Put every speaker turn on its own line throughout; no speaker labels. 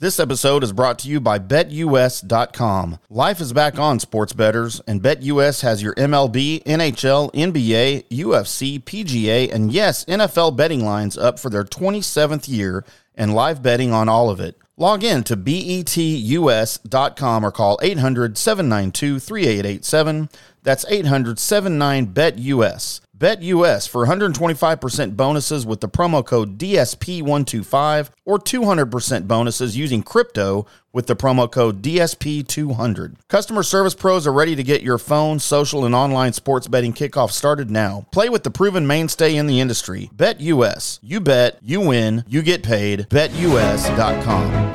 This episode is brought to you by BetUS.com. Life is back on, sports betters, and BetUS has your MLB, NHL, NBA, UFC, PGA, and yes, NFL betting lines up for their 27th year and live betting on all of it. Log in to E BETUS.com or call 800 792 3887. That's 800 79 BetUS. BetUS for 125% bonuses with the promo code DSP125 or 200% bonuses using crypto with the promo code DSP200. Customer service pros are ready to get your phone, social, and online sports betting kickoff started now. Play with the proven mainstay in the industry. BetUS. You bet, you win, you get paid. BetUS.com.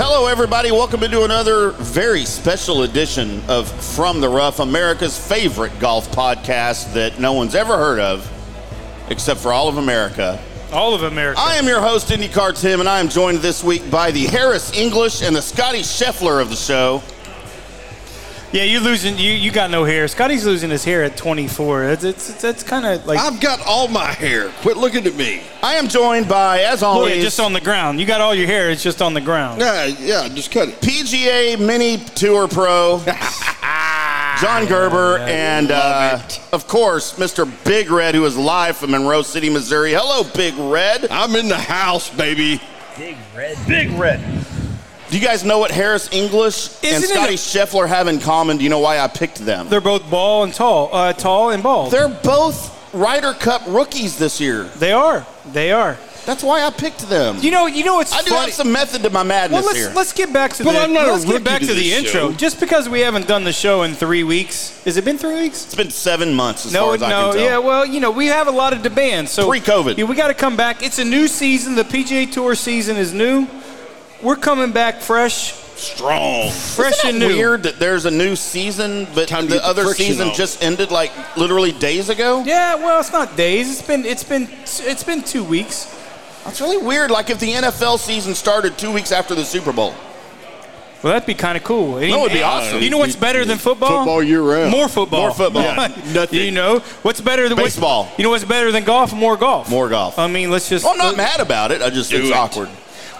Hello, everybody. Welcome into another very special edition of From the Rough, America's favorite golf podcast that no one's ever heard of, except for all of America.
All of America.
I am your host, IndyCar Tim, and I am joined this week by the Harris English and the Scotty Scheffler of the show.
yeah, you losing. You you got no hair. Scotty's losing his hair at 24. It's it's it's, it's kind of like
I've got all my hair. Quit looking at me.
I am joined by, as
Oh,
always,
yeah, just on the ground. You got all your hair. It's just on the ground.
Yeah, yeah, just cut it.
PGA Mini Tour Pro, John Gerber, and uh, of course, Mr. Big Red, who is live from Monroe City, Missouri. Hello, Big Red.
I'm in the house, baby.
Big red. Big red.
Do you guys know what Harris English and
Isn't it
Scotty
a-
Scheffler have in common? Do you know why I picked them? They're,
They're both ball and tall. Uh, tall and bald.
both Ryder Cup rookies this year.
They are. They are.
That's why I picked them.
You know. You know. It's
I do
funny.
have some method to my madness
well, let's
here.
let's get back to
But
the.
I'm not a
let's
rookie
get back
to
to, the
this
intro.
show.
Just because we haven't done the show in three weeks. Has it been three weeks?
it's been seven months as far
No,
as I can
no,
tell.
yeah. Well, you know, we have a lot of demands. So
Pre-COVID.
yeah, we got to come back. It's a new season. The PGA Tour season is new. We're coming back fresh,
Strong.
fresh and
Isn't
new.
it weird that there's a new season, but
Time to
the
get the
other
friction
season
on.
just ended like literally days ago?
Yeah, well, it's not days. It's been it's been it's been two weeks.
That's really weird. Like if the NFL season started two weeks after the Super Bowl.
Well, that'd be kind of cool. That
would be awesome.
You know what's better than football?
Football year-round.
More football.
More football.
Yeah, nothing.
You know what's better than what's-
Baseball.
you know what's better than golf? More golf.
More golf.
I mean, let's just.
Well, I'm Oh, not mad about it. I just
Do
it's
it.
awkward.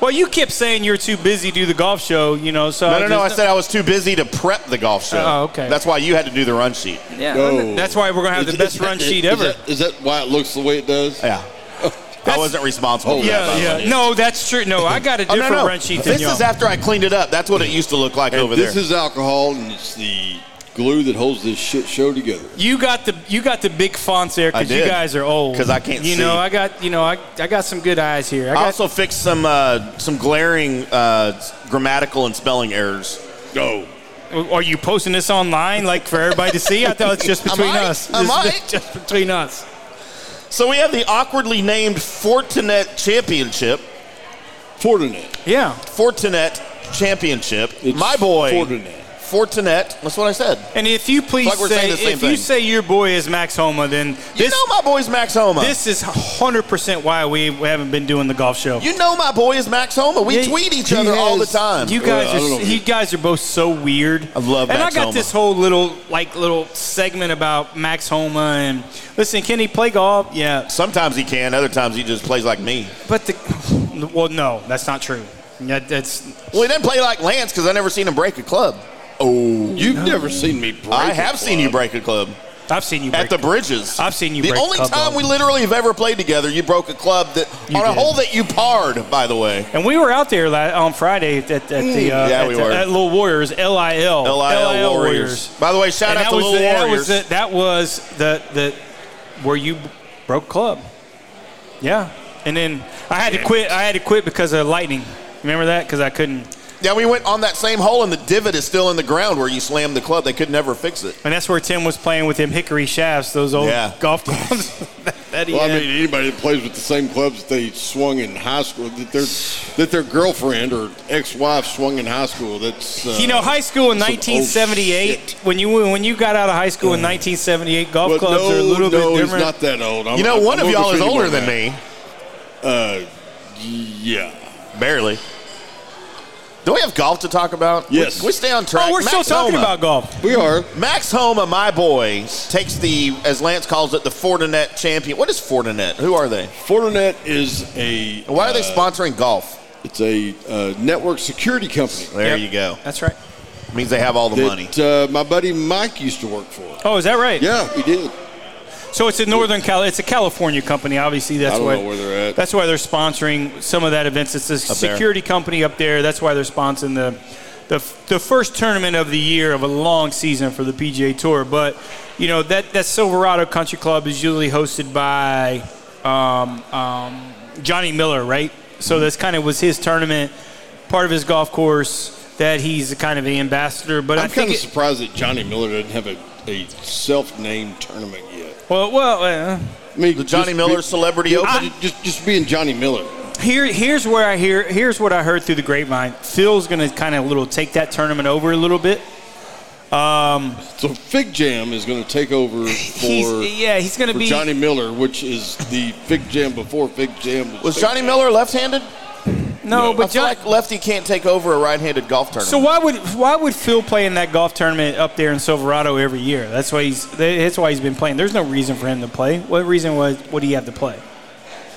Well, you kept saying you're too busy to do the golf show. You know, so
No, no, no. I
just-
said I was too busy to prep the golf show.
Oh, okay.
That's why you had to do the run sheet.
Yeah,
No.
that's why we're gonna have the best run sheet
Is
ever.
that- Is that why it looks the way it does?
Yeah. I wasn't responsible. for that, by
yeah,
the
yeah.
way.
No, that's true. No, I got a
Oh,
different
no, no.
run sheet than
This
y'all.
is after I cleaned it up. That's what it used to look like
And
over
this
there.
is alcohol, and it's the glue that holds this shit show together.
you got the you got the big fonts there
I
because you
did.
guys are old.
'Cause I can't
You
see.
know, I got you know I, I got some good eyes here. I
I
got,
also fixed some uh, some glaring uh, grammatical and spelling errors.
Go.
Oh, Are you posting this online like for everybody to see? I thought it's just
Am
between
I?
us.
Am
This is
I?
Just between us.
So we have the awkwardly named Fortinet Championship.
Fortinet.
Yeah.
Fortinet Championship.
It's
My boy.
Fortinet.
Fortinet. That's what I said.
And if you please
like we're
say
saying the same
if you
thing.
say your boy is Max Homa, then
you
this
know my boy's Max Homa.
this is hundred percent why we haven't been doing the golf show.
you know my boy is Max Homa. We
Yeah,
tweet each
he
other all the
has-
time.
You
Well,
guys
I don't
are
know.
you guys are both so weird.
I love
And
Max
I got
Homa.
this whole little like little segment about Max Homa and listen, can he play golf? Yeah.
Sometimes he can. Other times he just plays like me.
But the well no, that's not true. That, that's
Well, he didn't play like Lance because I never seen him break a club.
Oh, you've never seen me break.
I
a
have seen you
club.
break a club
I've seen you
at
break
the bridges.
I've seen you
The
break
only
club
time
ball.
we literally have ever played together, you broke a club that
You
on a
did.
hole that you parred, by the way.
And we were out there la- on Friday at, at, at the uh,
Mm. Yeah,
at,
we
the-
were.
at Little Warriors, LIL, LIL,
LIL, Warriors. By the way, shout
And
out
that
to
was,
Little
the, that
Warriors.
was the that was the the where you broke club. Yeah, and then I had to quit. I had to quit because of lightning. Remember that? Because I couldn't.
Yeah, we went on that same hole, and the divot is still in the ground where you slammed the club. They could never fix it.
And that's where Tim was playing with them hickory shafts, those old
Yeah.
golf clubs. that, that he
Well, I
had.
mean, anybody that plays with the same clubs that they swung in high school, that their that their girlfriend or ex-wife swung in high school, that's uh,
you know, high school in
some old
1978.
shit.
When you when you got out of high school in 1978, golf
But
clubs
no,
are a little
no,
bit
he's
different.
not that old. I'm-
You know,
I'm-
one
I'm
of
gonna
y'all is
defend him
older
on
than
that.
me.
Yeah.
Barely. Do we have golf to talk about? We-
Yes.
We, stay on track.
oh, we're still
Max
talking
Homa.
about golf.
We are.
Max Homa, my boy, takes the, as Lance calls it, the Fortinet champion. What is Fortinet? Who are they?
Fortinet is a.
And Why are they
uh,
sponsoring golf?
It's a uh, network security company
There
Yep.
you go.
That's right.
means they have all the money.
that uh, my buddy Mike used to work for.
Oh, is that right?
Yeah, he did.
So it's a Northern Cal. It's a California company. Obviously, that's
I don't
why
know where they're at.
That's why they're sponsoring some of that events. It's a
there.
security company up there. That's why they're sponsoring the, the the first tournament of the year of a long season for the PGA Tour. But you know that that Silverado Country Club is usually hosted by um, um, Johnny Miller, right?
Mm-hmm.
So that's kind of was his tournament, part of his golf course that he's kind of an ambassador. But i
I'm
think
kind of
it-
surprised that Johnny Miller doesn't have a, a self-named tournament yet.
well, well. Uh,
I mean,
The Johnny
just
Miller
be-
Celebrity Open.
just, just just being Johnny Miller.
Here, here's where I hear. Here's what I heard through the grapevine. Phil's going to kind of little take that tournament over a little bit.
So Fig Jam is going to take over for,
he's, yeah, he's going to
for
be.
Johnny Miller, which is the Fig Jam before Fig Jam was.
Was
Fig
Johnny
Jam.
Miller left-handed?
no,
I
but
feel
John,
like lefty can't take over a right-handed golf tournament.
so why would why would Phil play in that golf tournament up there in Silverado every year? That's why he's that's why he's been playing. There's no reason for him to play. What reason was would he have to play?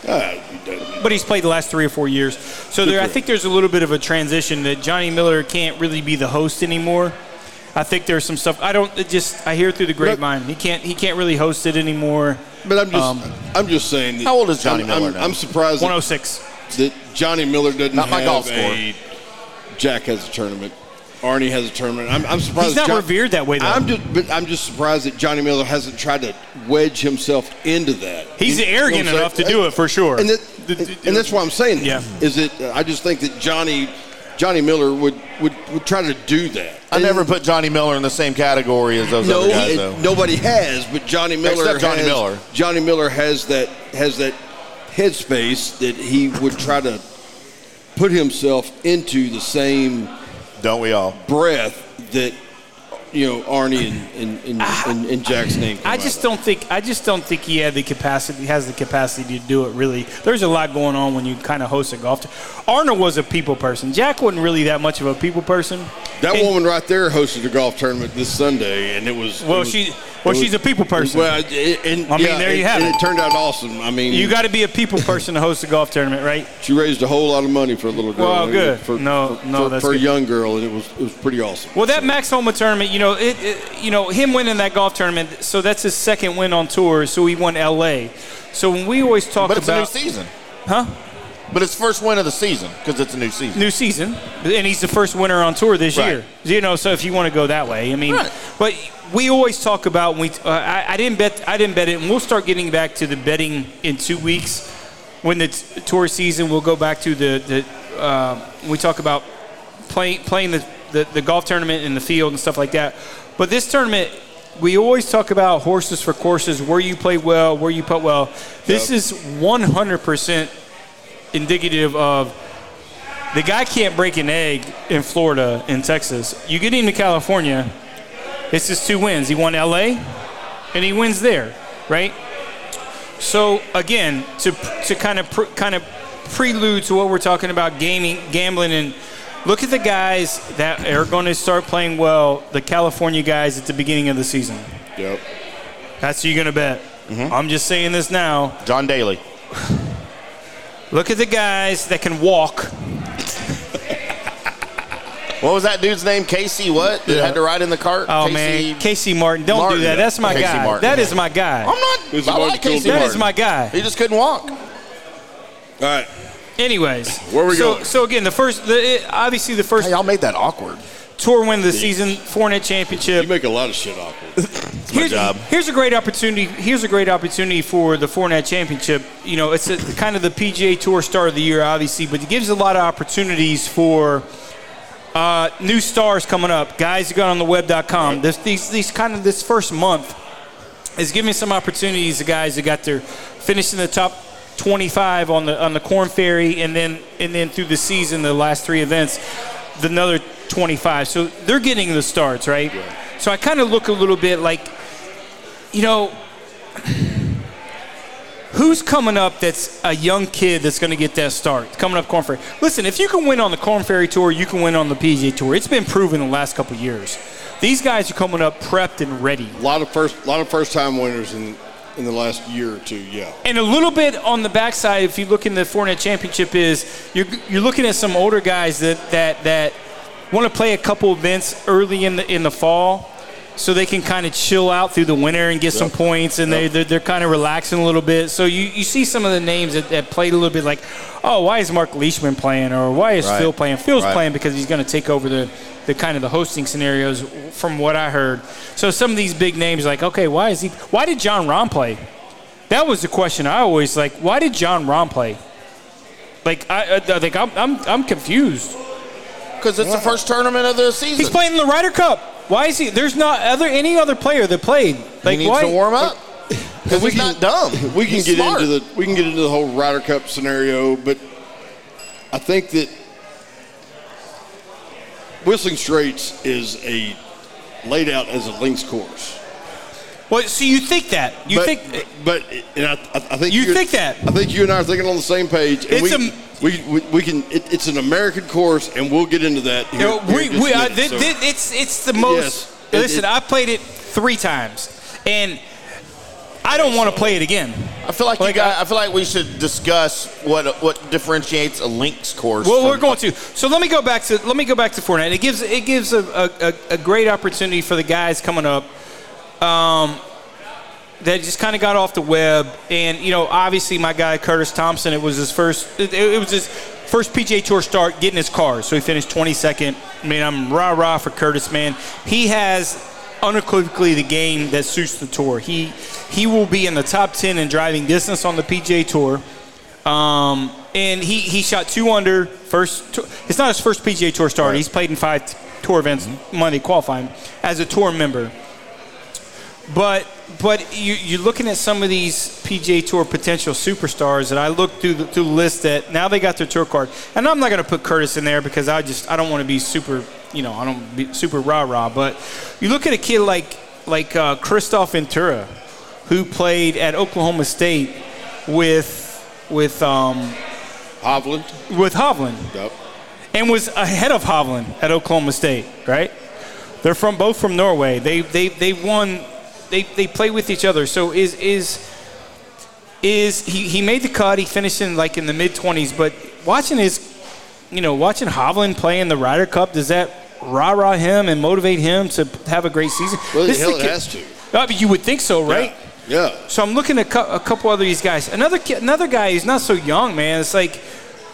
Ah, he doesn't.
But he's played the last three or four years, so there, I think there's a little bit of a transition that Johnny Miller can't really be the host anymore. I think there's some stuff I don't it just I hear through the grapevine. He can't he can't really host it anymore.
But I'm just
Um,
I'm just saying. That
How old is Johnny
I'm,
Miller
I'm,
now?
I'm surprised that,
106.
that Johnny Miller doesn't
Not my
have
golf
a. Jack has a tournament. Arnie has a tournament. I'm, I'm surprised
He's not
John-
revered that way though.
I'm just, but I'm just surprised that Johnny Miller hasn't tried to wedge himself into that.
He's
You know what
arrogant
I'm saying?
enough to do it for sure.
and that,
The- the-
and that's why I'm saying that,
Yeah.
is that uh, I just think that Johnny Johnny Miller would would, would try to do that.
I never put Johnny Miller in the same category as those
no,
other guys,
it-
though.
nobody has, but Johnny Miller.
Except Johnny
has,
Miller.
Johnny Miller has that has that headspace that he would try to put himself into the same
Don't we all?
breath that you know Arnie and and, and, and, and Jack's name. come
Ah, I
out
just
of.
don't think I just don't think he had the capacity has the capacity to do it really. There's a lot going on when you kind of host a golf. tour. Arnold was a people person. Jack wasn't really that much of a people person.
That
And-
woman right there hosted a golf tournament this Sunday, and it was.
Well,
it was-
she-
it
well,
was-
she's a people person.
Well, it- it- and,
I mean,
yeah,
there you
and-
have
and
it.
it turned out awesome. I mean,
You got to be a people person to host a golf tournament, right?
She raised a whole lot of money for a little girl.
Well,
It-
good.
For,
No,
for,
no,
for,
that's
for a
good.
young girl, and it was it was pretty awesome.
Well, that Max Homa tournament, you know, it, it you know him winning that golf tournament. So that's his second win on tour. So he won L.A. So when we always talk
But it's a new
about
season.
huh
But it's first win of the season because it's a new season.
new season, and he's the first winner on tour this
Right.
year. You know, so if you want to go that way, I mean,
Right.
but we always talk about when we. Uh, I, I didn't bet. I didn't bet it, and we'll start getting back to the betting in two weeks when the t- tour season. We'll go back to the the. Uh, we talk about playing playing the, the the golf tournament in the field and stuff like that. But this tournament. We always talk about horses for courses, where you play well, where you putt well. This is 100% indicative of the guy can't break an egg in Florida and Texas. You get him to California, it's his two wins. He won LA and he wins there, right? So again, to to kind of pr- kind of prelude to what we're talking about gaming, gambling and look at the guys that are going to start playing well, the California guys at the beginning of the season.
Yep.
That's who you're going to bet. I'm just saying this now.
John Daly.
Look at the guys that can walk
What was that dude's name? Casey what? That had to ride in the cart?
Oh
Casey-
man, Casey Martin, don't
Martin.
do that. That's my
Casey
guy.
Martin.
That is my guy.
I'm not.
Who's the
I
one
like
that killed
Casey
him?
That
Martin.
is my guy.
He just couldn't walk.
All right.
Anyways,
Where we
so
going?
so again, the first, the, it, obviously the first
Hey, y'all made that awkward.
tour win of the season, Fournette championship.
You make a lot of shit awkward.
here's,
job.
here's a great opportunity. Here's a great opportunity for the Fournette Championship. You know, it's a, kind of the PGA Tour Star of the Year, obviously, but it gives a lot of opportunities for Uh, new stars coming up. Guys, you got on the web.com. This, these, these kind of this first month is giving some opportunities to guys that got their finishing the top 25 on the on the Corn Ferry, and then and then through the season, the last three events, the another 25. So they're getting the starts, right? So I kind of look a little bit like, you know, Who's coming up that's a young kid that's going to get that start? Coming up Corn Ferry. Listen, if you can win on the Corn Ferry Tour, you can win on the PGA Tour. It's been proven the last couple of years. These guys are coming up prepped and ready.
A lot of first, lot of first time winners in in the last year or two. Yeah,
And a little bit on the backside, if you look in the Fournette Championship, is you're, you're looking at some older guys that, that, that want to play a couple events early in the, in the fall so they can kind of chill out through the winter and get some points and they, they're, they're kind of relaxing a little bit. So you, you see some of the names that, that played a little bit like, oh, why is Mark Leishman playing or why is
Right.
Phil playing? Phil's
Right.
playing because he's going to take over the, the kind of the hosting scenarios from what I heard. So some of these big names like, okay, why is he, why did John Ron play? That was the question I always like. Why did John Ron play? Like I, I like I'm, I'm I'm confused.
Because it's the first tournament of the season.
He's playing in the Ryder Cup. Why is he? There's not other any other player that played. Like
he needs
why?
to warm up. Because he's not dumb.
we can
He's
get
smart.
into the we can get into the whole Ryder Cup scenario, but I think that Whistling Straits is a laid out as a links course.
Well, so you think that you
but,
think
but and I, I I think
You
you're-
think that.
I think you and I are thinking on the same page. And
It's
we,
a-
we, we we can it, it's an American course, and we'll get into that. Here,
You know,
here
uh, we,
in just
we,
a
I,
minute.
thi-
So-
thi- it's it's the most.
It-
listen,
it-
I played it three times, and I don't want to play it again.
I feel like,
Like,
you got, I feel like we should discuss what what differentiates a links course.
Well, we're
from-
going to. So let me go back to let me go back to Fortnite. It gives it gives a, a, a, a great opportunity for the guys coming up um, that just kind of got off the web. And you know, obviously, my guy Curtis Thompson. It was his first. It, it was his first PGA Tour start getting his car. So he finished 22nd. I mean, I'm rah rah for Curtis, man. He has unequivocally the game that suits the tour. He he will be in the top 10 in driving distance on the PGA Tour. Um, and he, he shot two under first. tou- It's not his first PGA Tour start. He's played in five t- tour events, Monday qualifying as a tour member. But but you, you're looking at some of these PGA Tour potential superstars, and I looked through the, through the list that now they got their tour card, and I'm not going to put Curtis in there because I just I don't want to be super you know I don't be super rah rah. But you look at a kid like like uh, Christoph Ventura, who played at Oklahoma State with with um,
Hovland.
with Hovland
Yep.
and was ahead of Hovland at Oklahoma State, right? They're from both from Norway. They they they won. They they play with each other. So is is is he, he made the cut. He finished in like in the mid twenties. But watching his, you know, watching Hovland play in the Ryder Cup, does that rah rah him and motivate him to have a great season?
Well, the
This is a
hell it
kid-
has to.
I mean, you would think so, right?
Yeah. yeah.
So I'm looking at cou- a couple other these guys. Another ki- another guy who's not so young, man. It's like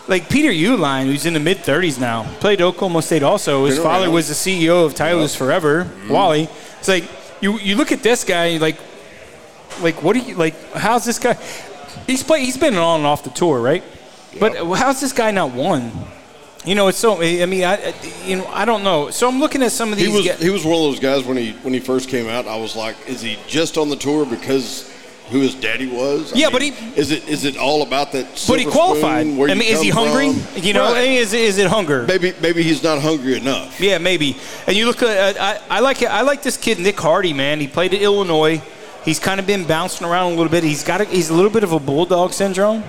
like Peter Uline, who's in the mid 30s now, played Oklahoma State. Also, his
Been
father
around.
was the CEO of Tyler's Forever,
Mm-hmm.
Wally. It's like you you look at this guy, and you're like like what do you like? How's this guy? He's play He's been on and off the tour, right? But how's this guy not won? You know, it's so. I mean, I I- you know I don't know. So I'm looking at some of these.
He was
guys.
he was one of those guys when he when he first came out. I was like, is he just on the tour because who his daddy was? I
Yeah, but he-
is it is it all about that?
but he
silver
qualified.
spoon, where
I
you
mean, is he
come
hungry?
from?
You know, eh?
Right.
I mean, is is it hunger?
maybe maybe he's not hungry enough.
Yeah, maybe. And you look at I, I like I like this kid Nick Hardy, man. He played at Illinois. He's kind of been bouncing around a little bit. He's got a, he's a little bit of a bulldog syndrome.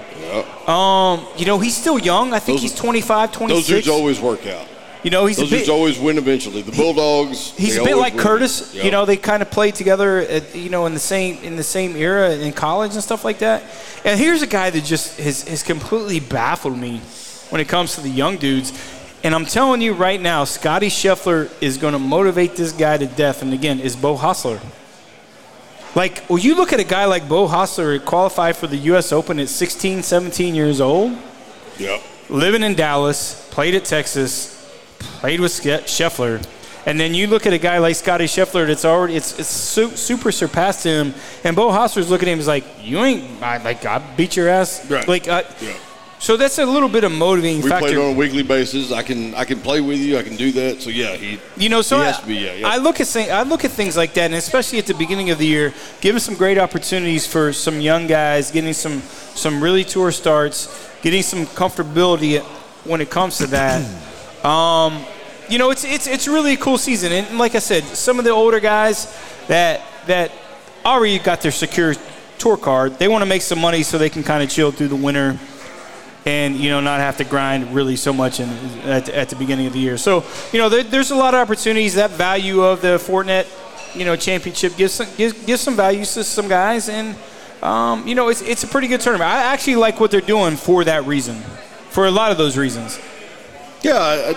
Um, you know, he's still young. I think
Those-
he's 25,
Those
26.
dudes always work out.
you know, he's
Those
a bit
dudes always win eventually. The Bulldogs.
he's
they
a bit
always
like
win.
Curtis.
Yeah.
You know, they kind of played together, at, you know, in the same in the same era in college and stuff like that. And here's a guy that just has, has completely baffled me when it comes to the young dudes. And I'm telling you right now, Scotty Scheffler is going to motivate this guy to death. And again, is Bo Hostler. Like, when you look at a guy like Bo Hostler who qualified for the U.S. Open at 16, 17 years old
Yeah.
living in Dallas, played at Texas, played with Ske- Scheffler, and then you look at a guy like Scotty Scheffler that's already it's, it's su- super surpassed him, and Bo Hostler's looking at him is like, you ain't I, like I beat your ass,
Right.
like I,
Yeah.
So that's a little bit of motivating
We played
factor.
on a weekly basis. I can I can play with you. I can do that. So yeah, he
You know, so
He
I,
has to be, yeah, yeah.
I look at thing, I look at things like that, and especially at the beginning of the year, giving some great opportunities for some young guys, getting some some really tour starts, getting some comfortability when it comes to that. um, you know, it's it's it's really a cool season, and like I said, some of the older guys that that already got their secure tour card, they want to make some money so they can kind of chill through the winter and you know not have to grind really so much in, at, at the beginning of the year. So you know there, there's a lot of opportunities. That value of the Fortinet, you know, championship gives some gives, gives some values to some guys, and um, you know it's it's a pretty good tournament. I actually like what they're doing for that reason, for a lot of those reasons.
Yeah, I,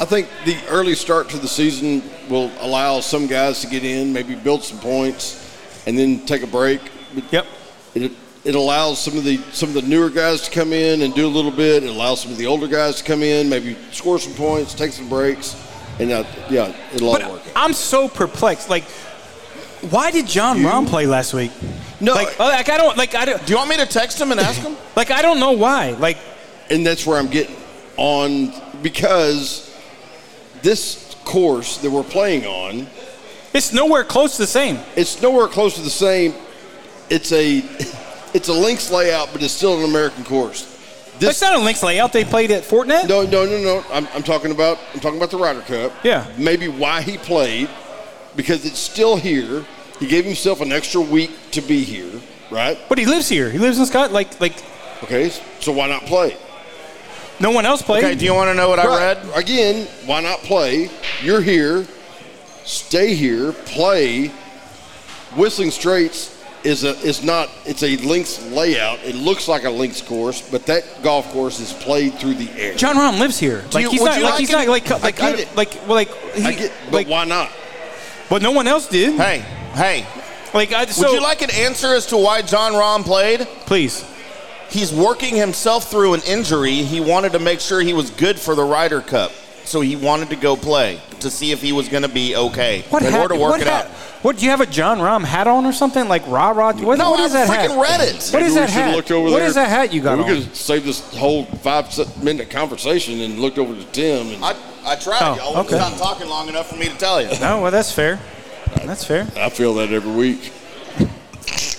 I think the early start to the season will allow some guys to get in, maybe build some points, and then take a break. But
Yep.
It, it allows some of the some of the newer guys to come in and do a little bit. It allows some of the older guys to come in, maybe score some points, take some breaks, and uh, yeah, it'll all
But
work. out.
I'm so perplexed. Like, why did John Rom play last week?
No,
Like, oh, like I don't like I don't
Do you want me to text him and ask him?
like I don't know why. Like,
and that's where I'm getting on because this course that we're playing on.
it's nowhere close to the same.
it's nowhere close to the same. It's a it's a links layout, but it's still an American course.
It's
This
not a links layout. They played at Fortinet.
no no no no. I'm, I'm talking about I'm talking about the Ryder Cup.
Yeah.
Maybe why he played because it's still here. He gave himself an extra week to be here, right?
But he lives here. He lives in Scott. Like like
Okay, so why not play?
no one else played.
Okay, do you want to know what I
Right.
read?
again. Why not play? You're here. Stay here. Play. Whistling Straits is a is not. It's a links layout. It looks like a links course, but that golf course is played through the air.
John Rahm lives here. Like
you-
he's
would
not
you
like
like
he's
it?
not like like
get
I-
it.
like well, like he,
I get, but
like
why not?
but no one else did.
Hey, hey.
Like I, so
Would you like an answer as to why John Rahm played?
please.
He's working himself through an injury. He wanted to make sure he was good for the Ryder Cup. So he wanted to go play to see if he was going to be okay
What
or
hat?
to work
what
it
hat?
out.
What do you have a John Rahm hat on or something like rah rah? What,
No,
what is
I
that hat?
freaking read it.
What is
Maybe
that
we should have
hat?
Looked over
What
there.
is that hat you got
We
on?
could save this whole five se- minute conversation and looked over to Tim. And I,
I, I tried.
Oh,
Y'all
okay.
not talking long enough for me to tell you.
Oh well, that's fair. That's fair.
feel that every week.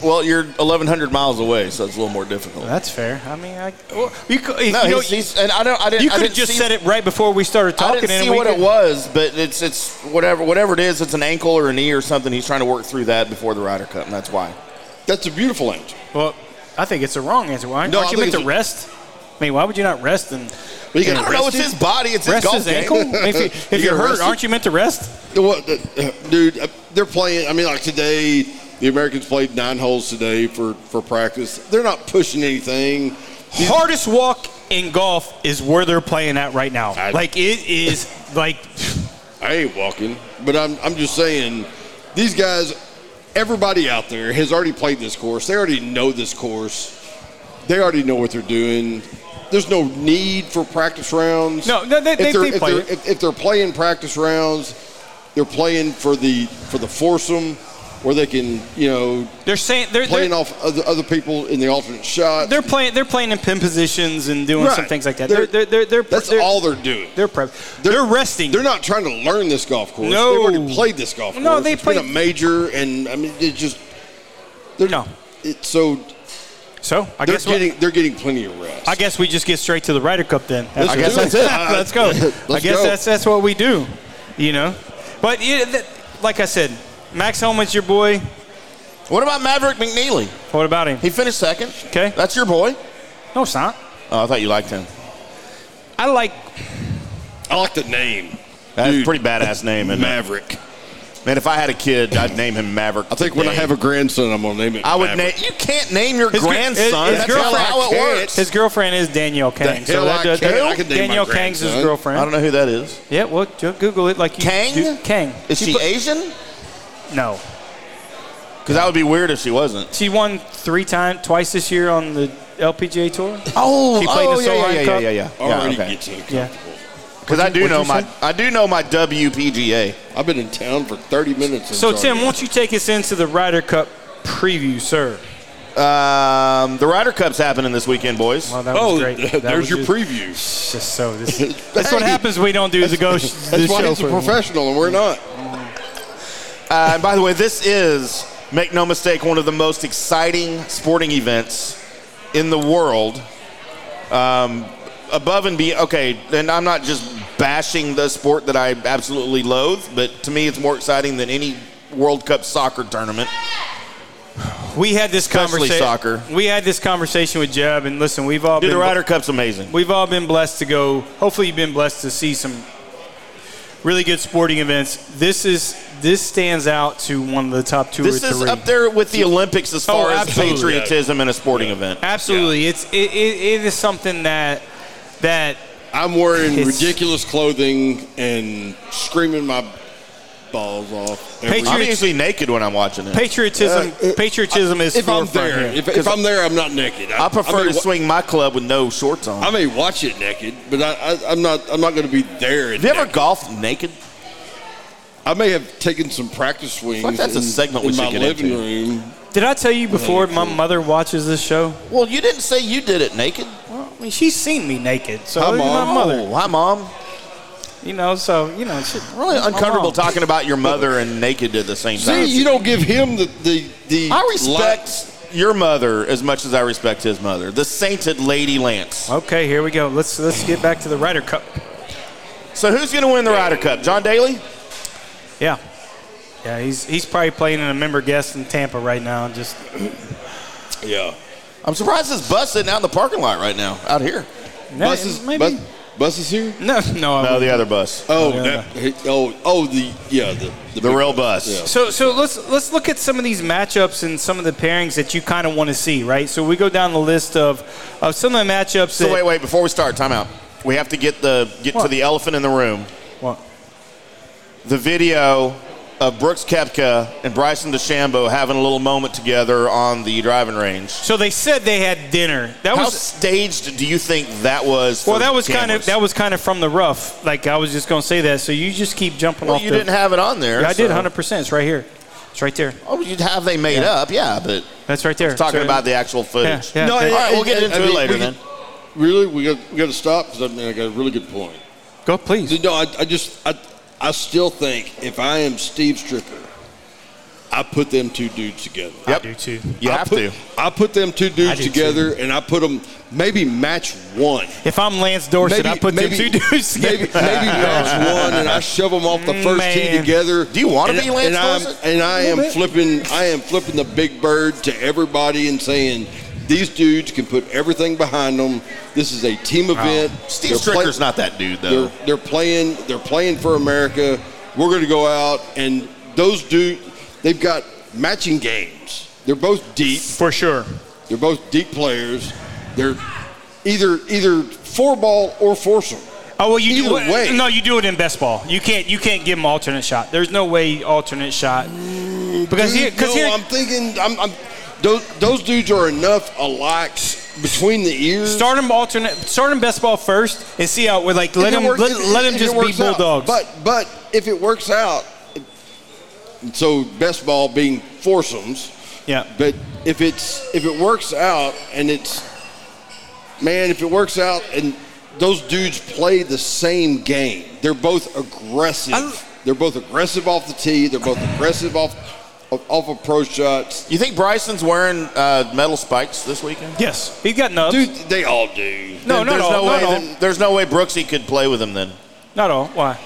Well, you're 1,100 miles away, so it's a little more difficult.
That's fair. I mean, I, well, you could you,
No,
know,
he's, he's, and I don't. I didn't.
you
I
could have
didn't
just
see,
said it right before we started
I
talking.
didn't
and
see
we
what
could-
it was, but it's it's whatever whatever it is. It's an ankle or a knee or something. He's trying to work through that before the Ryder Cup, and that's why.
That's a beautiful answer.
Well, I think it's a wrong answer. Why
No, I
aren't you meant
think
to
it's a-
rest? I mean, why would you not rest and
But
I
you
don't
got
know. It's
arrested?
his body. It's his
rest
golf
his
game.
ankle? if you, if
You
you're
get
hurt,
arrested?
aren't you meant to rest?
Well, uh, dude, uh, they're playing. I mean, like today, the Americans played nine holes today for for practice. They're not pushing anything.
Hardest walk in golf is where they're playing at right now.
I-
like it is like
I ain't walking, but I'm I'm just saying, these guys, everybody out there has already played this course. They already know this course. They already know what they're doing. There's no need for practice rounds.
No, no, they-
If
they-
they're-
they
if
play
they're-
it.
If, if they're playing practice rounds, they're playing for the for the foursome, where they can you know
they're saying they're
playing
they're,
off other, other people in the alternate shot.
they're playing they're playing in pin positions and doing some
Right.
things like that. They're
They're-
they're they're, they're
That's
they're,
all they're doing.
they're prep. They're,
they're-
resting.
They're not trying to learn this golf course.
No.
They've already played this golf course.
No, they
it's been a
played-
major, and I mean, it just they're
No.
It, so
so I
they're
guess what,
getting they're getting plenty of rest.
I guess we just get straight to the Ryder Cup then.
Let's
I
do
guess
it.
that's it. Let's go. I
Let's
guess
go.
that's that's what we do, you know. But it, that, like I said, Max Holman's your boy.
What about Maverick McNeely?
What about him?
He finished second.
Okay.
That's your boy.
No, it's not.
Oh, I thought you liked him.
I like
I like the name
That's
Dude.
a pretty badass name, isn't it?
Maverick.
Man, if I had a kid, I'd name him Maverick.
I think when I have a grandson, I'm gonna name it.
I would name.
Maverick.
You can't name your
His gr-
grandson.
his- his
That's how,
girlfriend
how it
can't.
works.
His girlfriend is Danielle Kang.
hell I
does-
can. I can name my
Danielle Kang's his
grandson.
I don't
girlfriend.
know who that is.
Yeah, well, ju- Google it like you.
Kang?
do- Kang.
Is she
put-
Asian?
No,
Because that would be weird if she wasn't.
she won three times, twice this year on the LPGA tour.
Oh,
She played the
yeah,
Solheim
yeah, yeah,
Cup?
yeah, yeah,
Already
yeah.
gets
Yeah.
uncomfortable.
Because I do
what'd
know
you
my
say?
I do know my WPGA.
I've been in town for 30 minutes. and
So
it's
Tim,
already-
won't you take us into the Ryder Cup preview, sir?
Um, the Ryder Cup's happening this weekend, boys.
Oh, that was
Oh,
great. That
there's
was
your
just-
preview.
Just so this, that's what happens. when We don't do the go.
That's why he's a professional and we're not.
Uh, and by the way, this is, make no mistake, one of the most exciting sporting events in the world. Um, above and beyond, okay, and I'm not just bashing the sport that I absolutely loathe, but to me it's more exciting than any World Cup soccer tournament.
We had this
Especially
conversation.
soccer.
We had this conversation with Jeb, and listen, we've all
Dude,
been
the Ryder Cup's amazing.
we've all been blessed to go. Hopefully, you've been blessed to see some really good sporting events. This is this stands out to one of the top two
This
or
is
three.
up there with the Olympics as
Oh,
far as
absolutely.
patriotism in a sporting event.
Absolutely, it's it, it, it is something that that
I'm wearing
It's-
ridiculous clothing and screaming my balls off. every-
Patriot-
I'm usually naked when I'm watching it.
patriotism patriotism is
Uh, if I'm
forefront
there,
here.
if, if I'm there, I'm not naked.
I prefer
may
to
wa-
swing my club with no shorts on.
I may watch it naked, but I, I, I'm not. I'm not going to be there.
Have you ever
naked.
golfed naked?
I may have taken some practice swings.
Fuck, that's a
in,
segment we
in
should
my
get
living
into.
room.
Did I tell you before my mother watches this show?
Well, you didn't say you did it naked.
Well, I mean, she's seen me naked, so
Hi,
it's
Mom.
my mother.
Oh, hi, mom.
You know, so you know, she,
Really uncomfortable
mom.
talking about your mother and naked at the same
See,
time.
you don't give him the the. the
I respect your mother as much as I respect his mother, the sainted Lady Lance.
Okay, here we go. Let's let's get back to the Ryder Cup.
So who's going to win the Ryder Cup? John Daly?
Yeah, yeah. He's he's probably playing in a member guest in Tampa right now. and Just
yeah.
I'm surprised this bus sitting out in the parking lot right now, out here.
no,
buses,
maybe.
bus, buses here.
no, no. I
No,
wouldn't.
the other bus,
Oh,
Yeah.
that, oh, oh, the yeah, the
the
the, big-
rail bus.
Yeah.
So so let's let's look at some of these matchups and some of the pairings that you kind of want to see, right? So we go down the list of of some of the matchups.
So
that,
wait, wait. Before we start, time out. We have to get the get to
What?
the elephant in the room.
What?
The video of Brooks Kepka and Bryson DeChambeau having a little moment together on the driving range.
So they said they had dinner. That
How
was
staged do you think that was?
well.
for
That was kind of
cameras?
that was kind of from the rough. Like I was just going to say that. So you just keep jumping
Well,
off.
you
the,
didn't have it on there.
Yeah, I did
so-
100. percent It's right here. It's right there.
Oh, you'd have they made
Yeah.
up, yeah, but
That's right there.
talking
So-
about the actual footage.
Yeah, yeah.
No,
All
it-
All right, we'll get
it-
into
I
it
mean,
later
we
then.
could- Really, we got we got to stop because I, mean, I got a really good point.
Go please.
No, I, I just I I still think if I am Steve Stripper, I put them two dudes together.
Yep.
do too.
You
I
have
put,
to.
I put them two
do
dudes
too.
together, and I put them maybe match one.
If I'm Lance Dorset, I put them two dudes
maybe, maybe
together. Mm,
match one, and I shove them off the first tee
Man.
together.
Do you wanna
And-
be Lance
and
um,
I'm-
Dorset?
And I am flipping, I am flipping the big bird to everybody and saying, these dudes can put everything behind them. This is a team event.
Steve
They're play-
Stricker's not that dude though.
they're, they're playing. They're playing for America. We're going to go out, and those dudes, they've got matching games. They're both deep.
For sure.
They're both deep players. They're either either four ball or foursome.
Oh well, you
Either
do
way.
No, you do it in best ball. You can't. You can't give them alternate shot. There's no way alternate shot because
Dude,
here, because
no,
here,
I'm thinking I'm, I'm those those dudes are enough alike between the ears.
start them alternate. Start them best ball first and see how. we like
If
let
it
them.
works-
let,
if-
let 'em
if it
just be
works out.
bulldogs.
But but if it works out, so best ball being foursomes.
yeah.
But if it's if it works out and it's man, if it works out and those dudes play the same game, they're both aggressive.
I don't-
they're both aggressive off the tee. They're both aggressive off off off of pro shots.
you think Bryson's wearing uh, metal spikes this weekend?
Yes, he's got nubs.
Dude, they all do.
no,
Then
not
there's
all.
no
not,
way.
all.
that- there's no way Brooksy could play with him then,
not all. Why?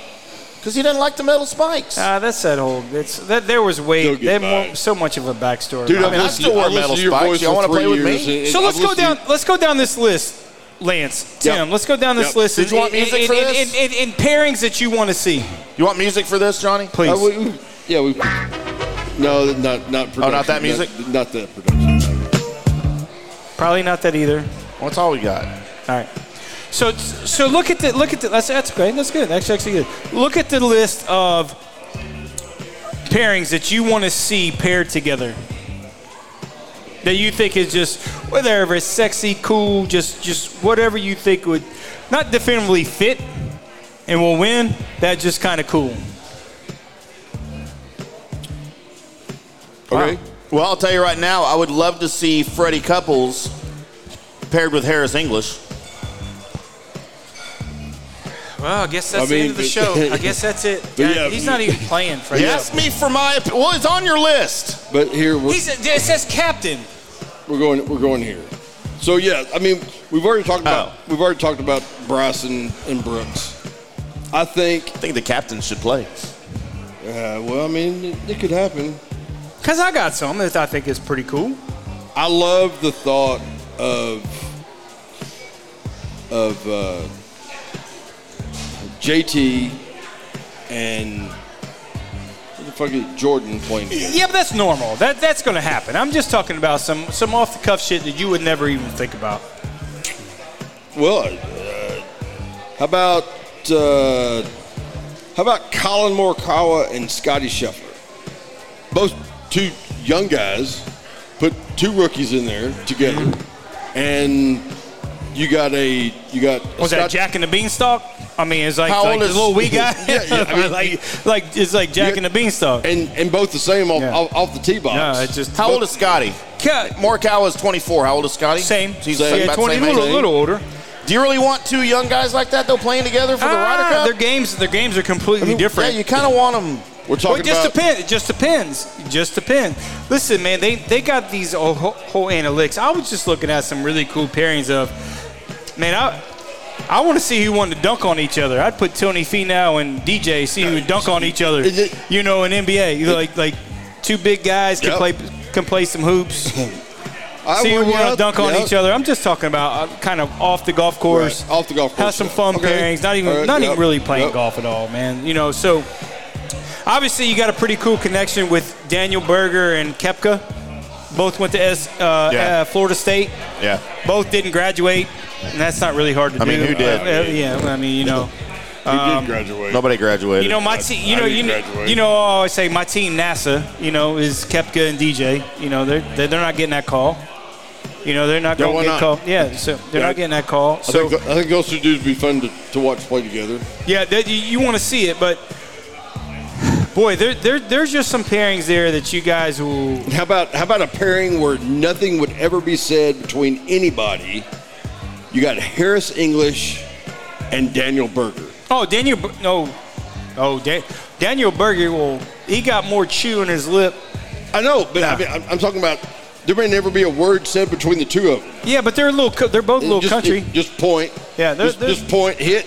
because he doesn't like the metal spikes.
Uh, that's that whole. It's that there was way.
They'll get
There
by.
more, so much of a backstory.
Dude,
about
I've
mean, I
listened-
still wear
I've listened
metal
to your
spikes.
voice
Y'all
for
wanna
three
play with me?
years, and- and
So
I've
let's go
listened to you-
down. Let's go down this list, Lance,
Yep.
Tim. Let's go down this
Yep.
list.
Did you
in-
want
in-
music
in,
for
in-
this?
in- in- in pairings that you want to see,
you want music for this, Johnny?
please.
Uh, we- we- yeah, we. No, not not production.
Oh, not that music?
Not, not that production.
Probably not that either.
That's all we got.
All right. So so look at the look at the that's that's great. That's good. That's actually good. Look at the list of pairings that you want to see paired together. That you think is just whatever it's sexy, cool, just just whatever you think would not definitively fit and will win. That just kind of cool.
Okay.
Wow.
Well, I'll tell you right now, I would love to see Freddie Couples paired with Harris English.
Well, I guess that's
I
the
mean,
end of the
but-
show. I guess that's it.
But
Yeah,
yeah,
he's
but-
not even playing, Freddie.
Ask me for my op- well, it's on your list.
But here we're,
He's, it says captain.
we're going we're going here. So yeah, I mean we've already talked about
Oh.
we've already talked about Bryson and Brooks. I think
I think the captain should play.
uh, well, I mean it, it could happen.
Because I got some that I think is pretty cool.
I love the thought of of uh, JT and what the fuck is Jordan playing? together.
Yeah, but that's normal. That That's going to happen. I'm just talking about some, some off the cuff shit that you would never even think about.
Well, uh, how about uh, how about Colin Morikawa and Scotty Scheffler? Both two young guys. Put two rookies in there together, and you got a you got a
Was that
Scott-
Jack and the Beanstalk? I mean, it's like,
How
like
old
this
is-
little wee guy.
Yeah, yeah, I mean,
like, like, it's like Jack
you-
and the Beanstalk.
and and both the same off,
Yeah.
off, off the tee box.
No, it's just.
How old is Scotty?
Ca-
Morikawa is 24. How old is Scotty?
Same.
He's
Same.
about
Yeah,
the
20,
same
a little,
age.
little older.
Do you really want two young guys like that though playing together for the
Ah,
Ryder Cup?
Their games, their games are completely different.
Yeah, you kind of want them.
We're
Well,
talking
it just
about
depends. It just depends. It just depends. Listen, man, they they got these whole, whole analytics. I was just looking at some really cool pairings of, man, I. I want to see who wanted to dunk on each other. I'd put Tony Finau and DJ see who would dunk on each other.
Is it-
you know, in NBA, you like like two big guys can
Yep.
play can play some hoops.
I
see who
would-
want
yeah,
to dunk on
yeah.
each other. I'm just talking about uh, kind of off the golf course,
Right, off the golf
Have
course,
some
yeah.
fun
Okay.
pairings. Not even
All right,
not
yep,
even really playing
yep.
golf at all, man. You know, so obviously you got a pretty cool connection with Daniel Berger and Kepka. Both went to S, uh,
Yeah.
uh, Florida State.
Yeah.
Both didn't graduate, and that's not really hard to
I
do.
mean, who did?
Uh, uh, yeah, I mean, you know,
He
Um,
did graduate.
Nobody graduated.
you know my team. You
I
know,
didn't
you know,
graduate.
you know. I always say my team, NASA. You know, is Kepka and DJ. You know, they're they're they're not getting that call. You know, they're not
Yeah,
going
why
to get
not?
called. Yeah, so they're
Yeah.
not getting that call.
I
So
think, I think those two dudes be fun to, to watch play together.
Yeah, that, you, you want to see it, but boy, there, there, there's just some pairings there that you guys will.
How about how about a pairing where nothing would ever be said between anybody? You got Harris English and Daniel Berger.
Oh, Daniel, Bur- no, oh, da- Daniel Berger will. He got more chew in his lip.
I know, but I mean, I'm, I'm talking about there may never be a word said between the two of them.
Yeah, but they're a little. co- They're both a little
just,
country.
just point.
Yeah, there's-
just, just point, hit,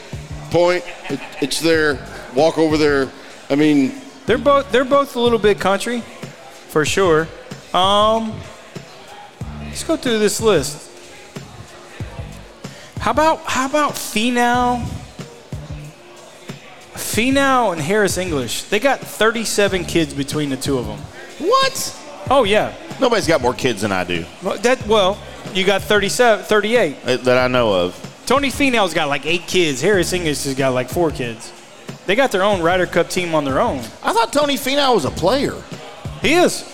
point. It, it's there. Walk over there. I mean,
They're both. They're both a little bit country, for sure. Um, let's go through this list. How about how about Finau? Finau and Harris English. They got 37 kids between the two of them.
what?
Oh yeah.
Nobody's got more kids than I do
Well, That well, you got 37, 38.
eh, that I know of.
Tony Finau's got like eight kids. Harris English has got like four kids. They got their own Ryder Cup team on their own.
I thought Tony Finau was a player.
He is.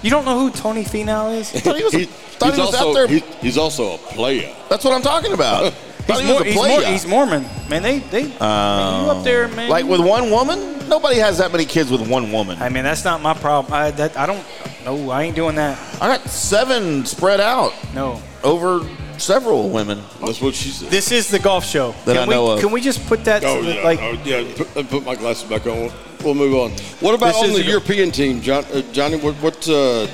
You don't know who Tony Finau is?
I thought he was,
he-
thought
he's,
he was
also,
out there.
he- he's also a player.
That's what I'm talking about. thought
He's,
he
Mor-
was a
he's,
player.
Mor- he's Mormon, man. They they man, you up there, man.
like with one woman, nobody has that many kids with one woman.
I mean, that's not my problem. I that I don't. No, I ain't doing that.
I got seven spread out
No.
over several women.
That's what she said.
This is the golf show.
That
can
I
we
know of.
can we just put that
Oh
to the-
yeah,
like
oh, yeah. Put, put my glasses back on. We'll move on. What about
This
on
is
the
a go-
European team, John, uh, Johnny? What what uh,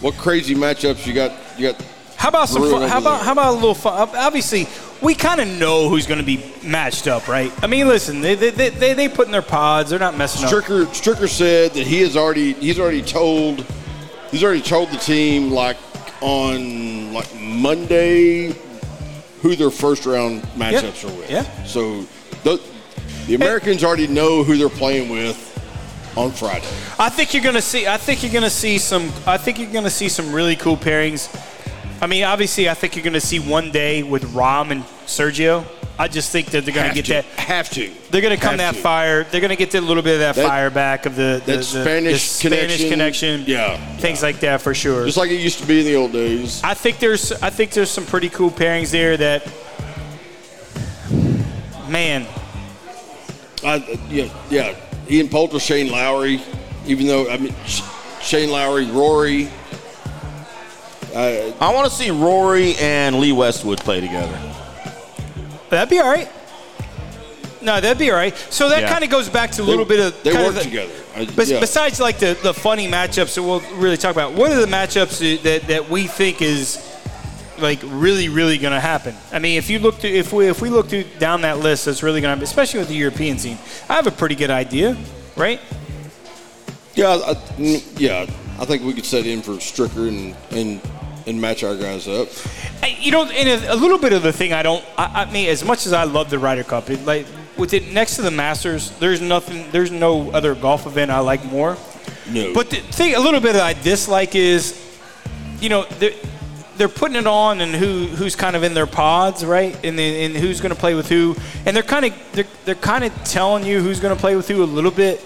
what crazy matchups you got? You got
how about some
Brew it
fun, how
over
about
there.
how about a little fun? ob- Obviously, we kind of know who's going to be matched up, right? I mean, listen, they they they, they, they put in their pods. They're not messing up.
Stricker. Stricker said that he has already he's already told he's already told the team like on like Monday who their first round matchups are with.
yeah.
So the the Americans already know who they're playing with on Friday.
I think you're gonna see. I think you're gonna see some. I think you're gonna see some really cool pairings. I mean, obviously, I think you're gonna see one day with Rom and Sergio. I just think that they're gonna
Have
get
to.
that.
Have to.
They're gonna come
Have
that
to.
fire. They're gonna get that little bit of that,
That-
fire back of the, the,
that
the-
Spanish
the Spanish connection.
connection. Yeah,
things like that for sure.
Just like it used to be in the old days.
I think there's I think there's some pretty cool pairings there that. Man,
I, yeah, yeah. Ian Poulter, Shane Lowry. Even though I mean, Sh- Shane Lowry, Rory.
I want to see Rory and Lee Westwood play together.
That'd be all right. No, that'd be all right. So that
Yeah.
kind of goes back to a little bit of
they
kind
work
of the-
together. I-
Bes-
yeah.
Besides, like the, the funny matchups that we'll really talk about, what are the matchups that, that we think is like really really going to happen? I mean, if you look to if we if we look to down that list, that's really going to especially with the European scene. I have a pretty good idea, right?
Yeah, I, mm, yeah. I think we could set in for Stricker and and and match our guys up.
I, you know, and a, a little bit of the thing I don't. I, I mean, as much as I love the Ryder Cup, it, like with it next to the Masters, there's nothing. There's no other golf event I like more.
No,
But the thing, a little bit that I dislike is, you know, they're, they're putting it on and who who's kind of in their pods, right? And then and who's going to play with who, and they're kind of they're, they're kind of telling you who's going to play with who a little bit.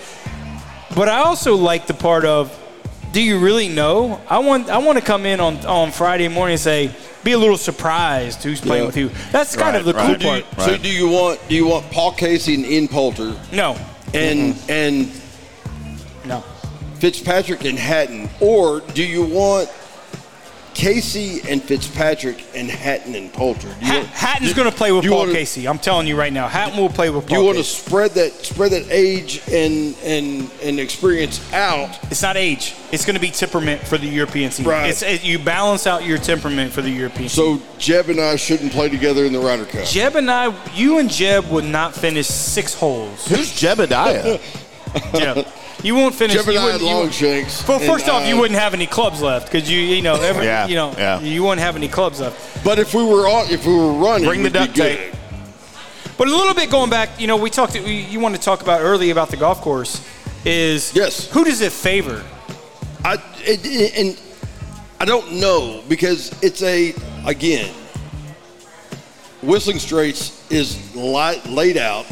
But I also like the part of, do you really know? I want I want to come in on on Friday morning and say, be a little surprised who's playing
Yeah.
with who. That's kind of the
right,
cool
do you,
part.
so do you want do you want Paul Casey and Ian Poulter
No,
and and
no.
Fitzpatrick and Hatton, or do you want Casey and Fitzpatrick and Hatton and Poulter? Do you
Hat,
want-
Hatton's
do-
going to play with
do you
Paul
wanna-
Casey. I'm telling you right now, Hatton will play with
Do
Paul.
you want to
Casey.
spread that spread that age and and and experience out?
It's not age. It's going to be temperament for the European team.
Right.
It's, it, you balance out your temperament for the European. team.
So Jeb and I shouldn't play together in the Ryder Cup.
Jeb and I, you and Jeb would not finish six holes.
Who's Jebediah?
Jeb, you won't finish.
Jeb and
you
I had
wouldn't- you
long
wouldn't-
shanks.
well,
and uh,
first off, you
I-
wouldn't have any clubs left because you, you know, every,
Yeah,
you know,
yeah.
you wouldn't have any clubs left.
But if we were on, if we were running,
Bring the
we'd be
duct
good.
tape.
But a little bit going back, you know, we talked. We, you want to talk about early about the golf course is
Yes.
Who does it favor?
I it, it- and I don't know because it's a again. Whistling Straits is li- laid out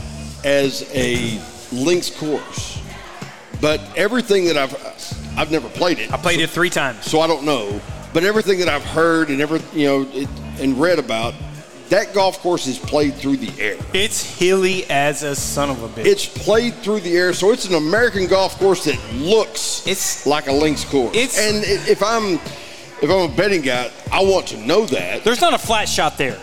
as a links course, but everything that I've I've never played it,
I played it three times.
so I don't know. But everything that I've heard and ever you know it, and read about, that golf course is played through the air.
It's hilly as a son of a bitch.
It's played through the air, so it's an American golf course that looks
It's-
like a links course.
It's-
and i- if I'm if I'm a betting guy, I want to know that.
There's not a flat shot there.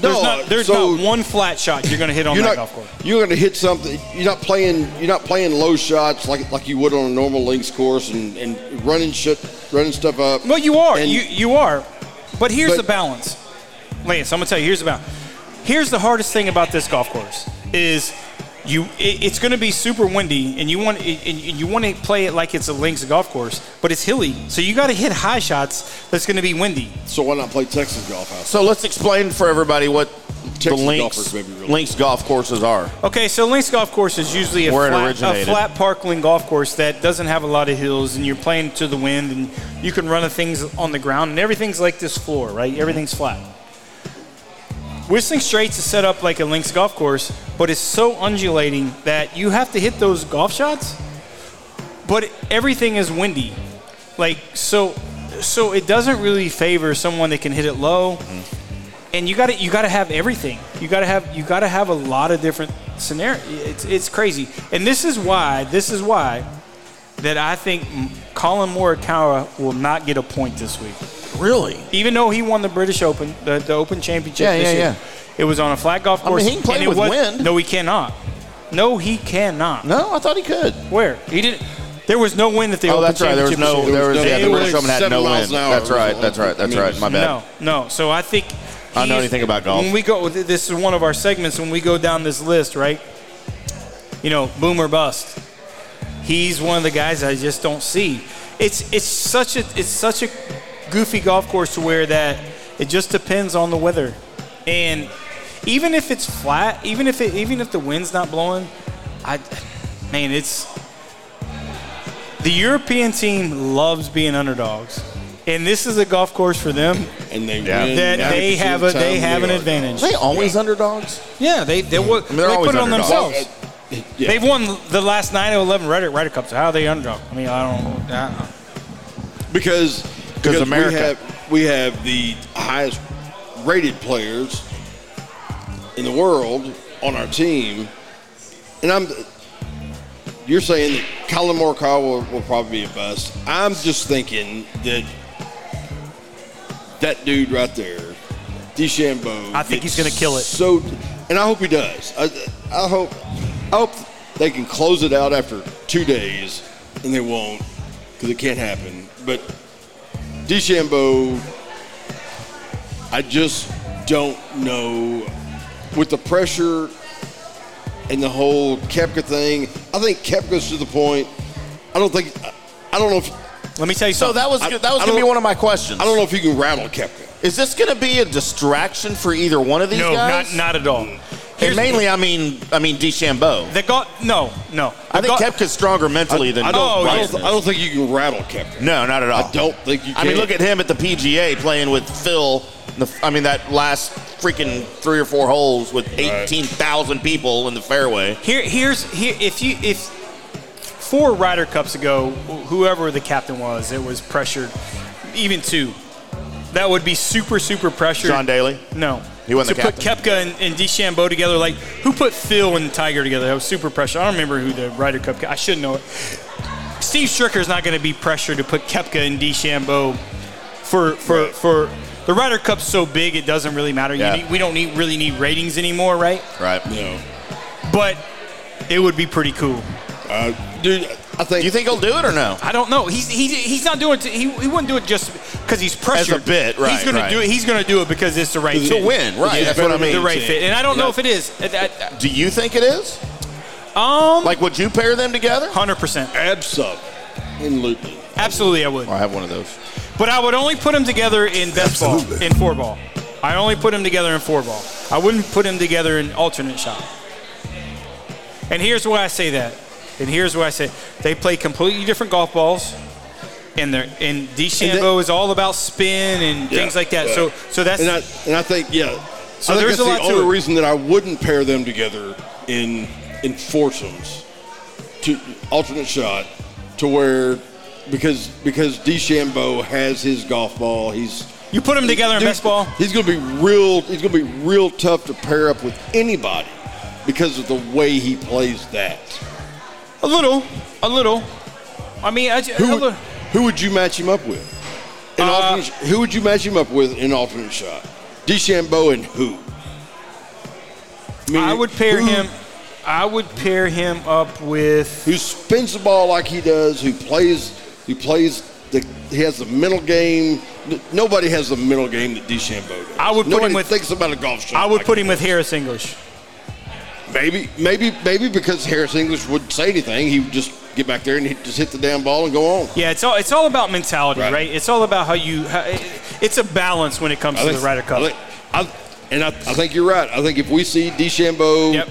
There's
No, uh,
not there's
so-
not one flat shot you're gonna hit on
You're
that
not
golf course.
you're going to hit something. You're not playing you're not playing low shots like like you would on a normal links course and, and running shit running stuff up.
Well, you are.
And-
you you are. But here's
But-
the balance, Lance. I'm gonna tell you. Here's the balance. Here's the hardest thing about this golf course is you. It, it's gonna be super windy, and you want and and you want to play it like it's a links golf course, but it's hilly. So you got to hit high shots. That's gonna be windy.
so why not play Texas golf house?
so let's explain for everybody what the
Texas
links,
golfers may be really-
links golf courses are.
Okay, so links golf course is usually a
Where it
flat, a
originated.
flat parkland golf course that doesn't have a lot of hills, and you're playing to the wind, and you can run the things on the ground, and everything's like this floor, right? Everything's flat. Whistling Straits is set up like a links golf course, but it's so undulating that you have to hit those golf shots, but everything is windy, like so. So it doesn't really favor someone that can hit it low and you got to you got to have everything. You got to have you got to have a lot of different scenario. It's it's crazy, and this is why this is why that I think Colin Morikawa will not get a point this week,
Really?
even though he won the British Open, the, the Open Championship.
Yeah,
this
yeah,
year.
yeah.
It was on a flat golf
I mean,
course.
he can play
and it
with
was-
wind.
No, he cannot. No, he cannot.
No, I thought he could.
Where he didn't. There was no win at the
Oh,
Open
that's right. There was
Championship
no.
this year.
There was
It
yeah. The
was
British Open had
seven
no
miles
win.
an hour.
That's
It was
right.
a
That's right. That's right. My bad.
No, no. So I think
I don't know
he's-
anything about golf.
When we go, this is one of our segments. When we go down this list, right? You know, boom or bust. He's one of the guys I just don't see. It's it's such a it's such a goofy golf course to where that it just depends on the weather, and even if it's flat, even if it even if the wind's not blowing, I man, it's the European team loves being underdogs, and this is a golf course for them
And they
Yeah.
win
that they
90%
have
of
a
the time
they have an
are.
advantage.
They always underdogs.
Yeah, they they, wo-
they're
they
always
put it on
underdogs.
themselves.
Yeah.
They've won the last nine of eleven Ryder Ryder Cups. How are they underdog? I mean, I don't. I,
because
America.
we have, we have the highest rated players in the world on our team, and I'm You're saying that Colin Morikawa will, will probably be a bust. I'm just thinking that that dude right there, DeChambeau.
I think
gets
he's gonna kill it.
So, and I hope he does. I, I hope, I hope they can close it out after two days, and they won't because it can't happen. But DeChambeau, I just don't know with the pressure and the whole Kepka thing. I think Kepka's to the point. I don't think. I- I don't know if
Let me tell you
So
something.
that was
I-
that was
I
gonna be
don't-
one of my questions.
I don't know if you can rattle Kepka.
Is this gonna be a distraction for either one of these
No,
guys?
not not at all.
and mainly, I mean, I mean DeChambeau.
the go- no, no.
I
The
think
go-
Kepka's stronger mentally than
I don't,
Oh,
I,
Bryson
don't,
is.
I don't think you can rattle Kepka.
No, not at all.
I don't think you can.
I mean, look at him at the PGA playing with Phil. The, I mean, that last freaking three or four holes with 18,000 people in the fairway.
Here, here's here. If you if four Ryder Cups ago, whoever the captain was, it was pressured. Even two, that would be super super pressured.
John Daly.
No.
He wasn't
to
the
put Kepka and, and DeChambeau together, like who put Phil and Tiger together? That was super pressure. I don't remember who the Ryder Cup. I should know it. Steve Stricker's not going to be pressured to put Kepka and DeChambeau for for for the Ryder Cup's so big it doesn't really matter. You
Yeah.
need, we don't need really need ratings anymore, right?
Right.
No.
But it would be pretty cool.
Uh, dude, I think.
Do you think he'll do it or no?
I don't know. He's he, he's not doing it. To, he, he wouldn't do it just because he's pressured.
bit, right,
He's gonna
right.
do it. He's gonna do it because it's the right
To
fit.
win, right,
It's
that's what I
better- The
mean.
right fit, and I don't know if it is.
Do you think it is?
Um,
Like, would you pair them together?
hundred percent.
Absub and Luton.
Absolutely, I would.
Oh, I have one of those.
But I would only put them together in best ball,
Absolutely.
in four ball. I only put them together in four ball. I wouldn't put them together in alternate shot. And here's why I say that. And here's why I say they play completely different golf balls. And they're and DeChambeau is all about spin and things like that. So so that's
And I, and I think, yeah.
So
I think
there's
that's
a
the
lot to
only
it.
reason that I wouldn't pair them together in in foursomes to alternate shot to where because because DeChambeau has his golf ball. He's
you put them together in
Dude,
best ball.
He's going to be real. He's going to be real tough to pair up with anybody because of the way he plays that.
A little, a little. I mean, I, ju- a
Who
little.
would, who would you match him up with? In
Uh,
alternate, sh- who would you match him up with in alternate shot? DeChambeau and who? mean,
I would pair
who-
him. I would pair him up with.
Who spins the ball like he does? Who plays? Who plays? The, he has the mental game. N- Nobody has the mental game that DeChambeau does.
I would put him
Nobody
with-
thinks about a golf shot.
I would
like
put him with Harris English.
Maybe, maybe, maybe because Harris English wouldn't say anything, he would just get back there and hit, just hit the damn ball and go on.
Yeah, it's all it's all about mentality, right?
Right.
It's all about how you. How, it's a balance when it comes to the Ryder Cup.
I think- I- and I, I think you're right. I think if we see DeChambeau
Yep.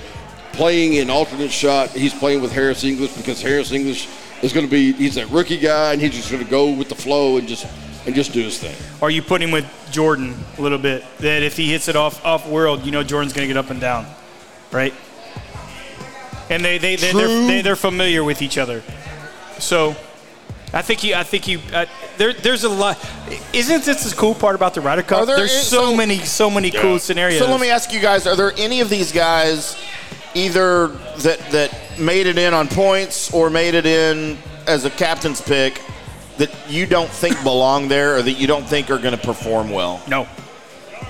playing an alternate shot, he's playing with Harris English because Harris English is going to be he's a rookie guy and he's just going to go with the flow and just and just do his thing.
or you put him with Jordan a little bit. That if he hits it off off world, you know Jordan's going to get up and down, right? And they they they they're,
True.
they, they're familiar with each other, so I think you I think you uh, there there's a lot. Isn't this the cool part about the Ryder Cup?
Are there
there's
any-
so, many so many cool scenarios.
So let me ask you guys: Are there any of these guys either that that made it in on points or made it in as a captain's pick that you don't think belong there or that you don't think are going to perform well?
no.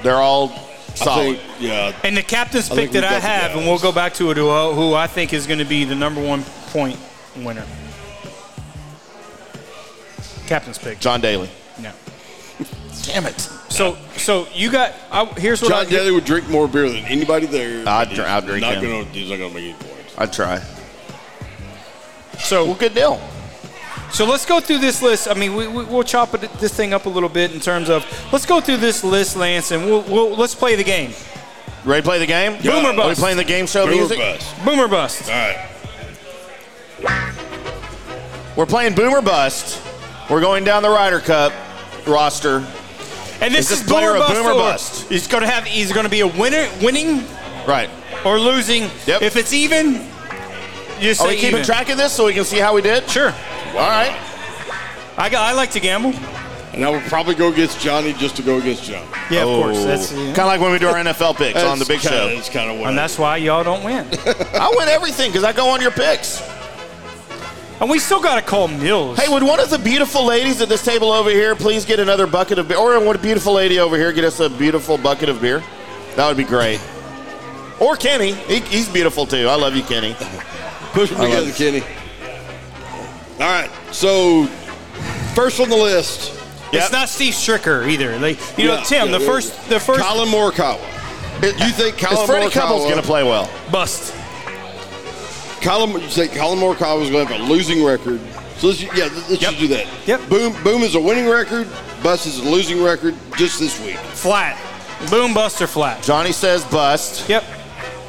They're all
I
solid.
think, yeah,
And the captain's
I
pick
think
that
we've
I
got the
have, and
guys.
we'll go back to it, who, who I think is going to be the number one point winner. Captain's pick.
John Daly.
No.
Damn it!
So, so you got. I, here's what
John
I,
Daly would drink more beer than anybody there.
I'd
but
dr-
he's
I'd drink
not
him.
Gonna, he's not going to make any points.
I'd try. Well,
So,
good deal.
so let's go through this list. I mean, we, we, we'll chop it, this thing up a little bit in terms of let's go through this list, Lance, and we'll, we'll let's play the game.
Ready to play the game?
Yeah. Boomer
Are we
bust.
playing the game show
Brewer
music?
bust.
Boomer bust.
All right.
We're playing Boomer Bust. We're going down the Ryder Cup roster.
And this
Is
is,
this player
Boomer
a
bust.
boomer
or-
bust?
He's going to have. He's going to be a winner, winning
Right.
or losing.
Yep.
If it's even, you say
Are we keeping
even.
track of this so we can see how we did?
Sure.
All right.
I got. I like to gamble.
And I would probably go against Johnny just to go against Johnny.
Yeah, of course. That's
kind of like when we do our NFL picks on the big show.
That's kind of what.
and
I-
that's why y'all don't win.
I win everything because I go on your picks.
And we still got to call Mills.
Hey, would one of the beautiful ladies at this table over here please get another bucket of beer? Or would a beautiful lady over here get us a beautiful bucket of beer? That would be great. Or Kenny. He, he's beautiful too. I love you, Kenny.
Push them together, Kenny. All right. So, first on the list,
It's not Steve Stricker either. Like you know,
Yeah,
Tim,
yeah,
the
yeah,
first, the first
Colin Morikawa. you think
Is
Colin
Freddie
Morikawa
Couples going to play well?
bust.
Colin, you say Colin Morikawa is going to have a losing record. So let's, yeah, let's
Yep.
just do that.
Yep.
Boom, boom is a winning record. Bus is a losing record just this week.
Flat. Boom, bust, or flat.
Johnny says bust.
Yep.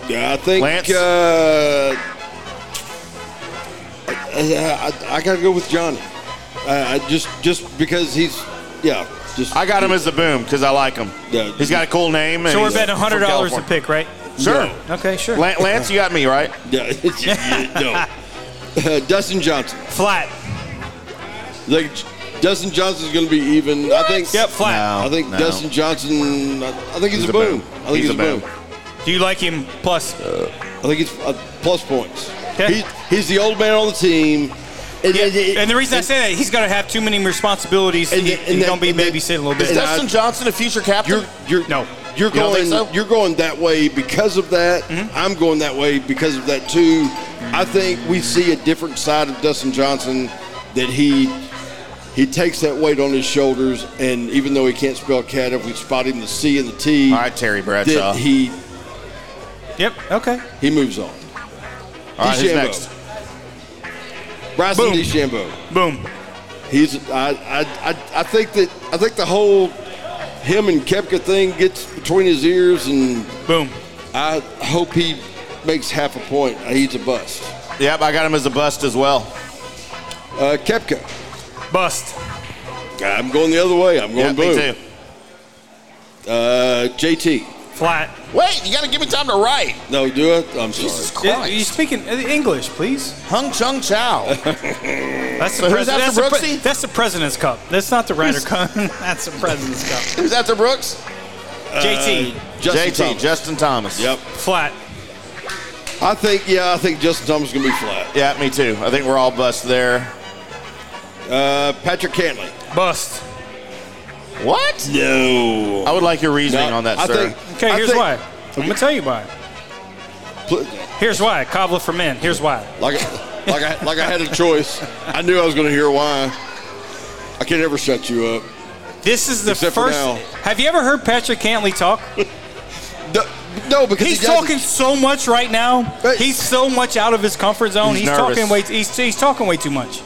Yeah, I think.
Lance?
Uh, I, I, I got to go with Johnny. Uh, I just just because he's yeah just
I got him as the boom because I like him.
Yeah.
He's got a cool name. And
So we're
he's
betting
from
hundred dollars a
California.
pick, right?
Sure.
Okay, sure.
Lan- Lance, you got me, right?
yeah, it's- yeah, no. Uh, Dustin Johnson.
Flat.
Like Dustin Johnson's going to be even. I think.
Yep, flat.
No.
I think
No.
Dustin Johnson. I, I think he's,
He's
a
a
boom.
boom.
I think he's, a boom.
Do you like him? Plus,
I think it's uh, plus points.
Okay.
He, he's the old man on the team. And, and- and-
and the reason I say that he's got to have too many responsibilities.
And
he,
then-
he
and
gonna be
then- and then-
babysitting a little
Is
bit.
that-
Dustin Johnson a future captain?
you're you're
No.
You're
You don't
going
think so? Mm-hmm.
you're going that way because of that. I'm going that way because of that too. I think we see a different side of Dustin Johnson that he he takes that weight on his shoulders and even though he can't spell cat if we spot him the C and the T
All right, Terry Bradshaw.
that he
yep. Okay.
he moves on.
All right, who's
DeChambeau.
next?
Bryson
Boom.
DeChambeau.
Boom.
He's I, I, I, I think that I think the whole him and Kepka thing gets between his ears and
Boom.
I hope he makes half a point. He's a bust.
Yep, I got him as a bust as well.
Uh, Kepka.
Bust.
I'm going the other way. I'm
Yeah,
going
me
boom.
too.
Uh, JT.
Flat.
Wait, you got to give me time to write.
No, do it. I'm
Jesus
sorry.
Yeah,
Christ.
You speaking uh, English, please?
Hung Chung Chow.
That's the
So
pres-
who's after
that's, the pre-
Brooksy?
that's the President's Cup. That's not the Ryder Cup. that's the President's Cup.
Who's after Brooks?
Uh,
JT.
Justin
JT,
Thomas.
Justin Thomas.
Yep.
Flat.
I think. Yeah, I think Justin Thomas is gonna be flat.
Yeah, me too. I think we're all bust there.
Uh, Patrick Cantley.
Bust.
What?
No.
I would like your reasoning
No,
on that,
I
sir.
think-
Okay,
I
here's
think-
why. I'm gonna tell you why.
Pl-
Here's why. Cobbler for men. Here's why.
Like, I- like I, like I had a choice. I knew I was gonna hear why. I can never shut you up.
This is the
Except for
first.
now.
Have you ever heard Patrick Cantley talk?
No, no because
He's
he doesn't-
talking so much right now.
But-
He's so much out of his comfort zone. He's,
He's nervous.
talking way. He's, he's talking way too much.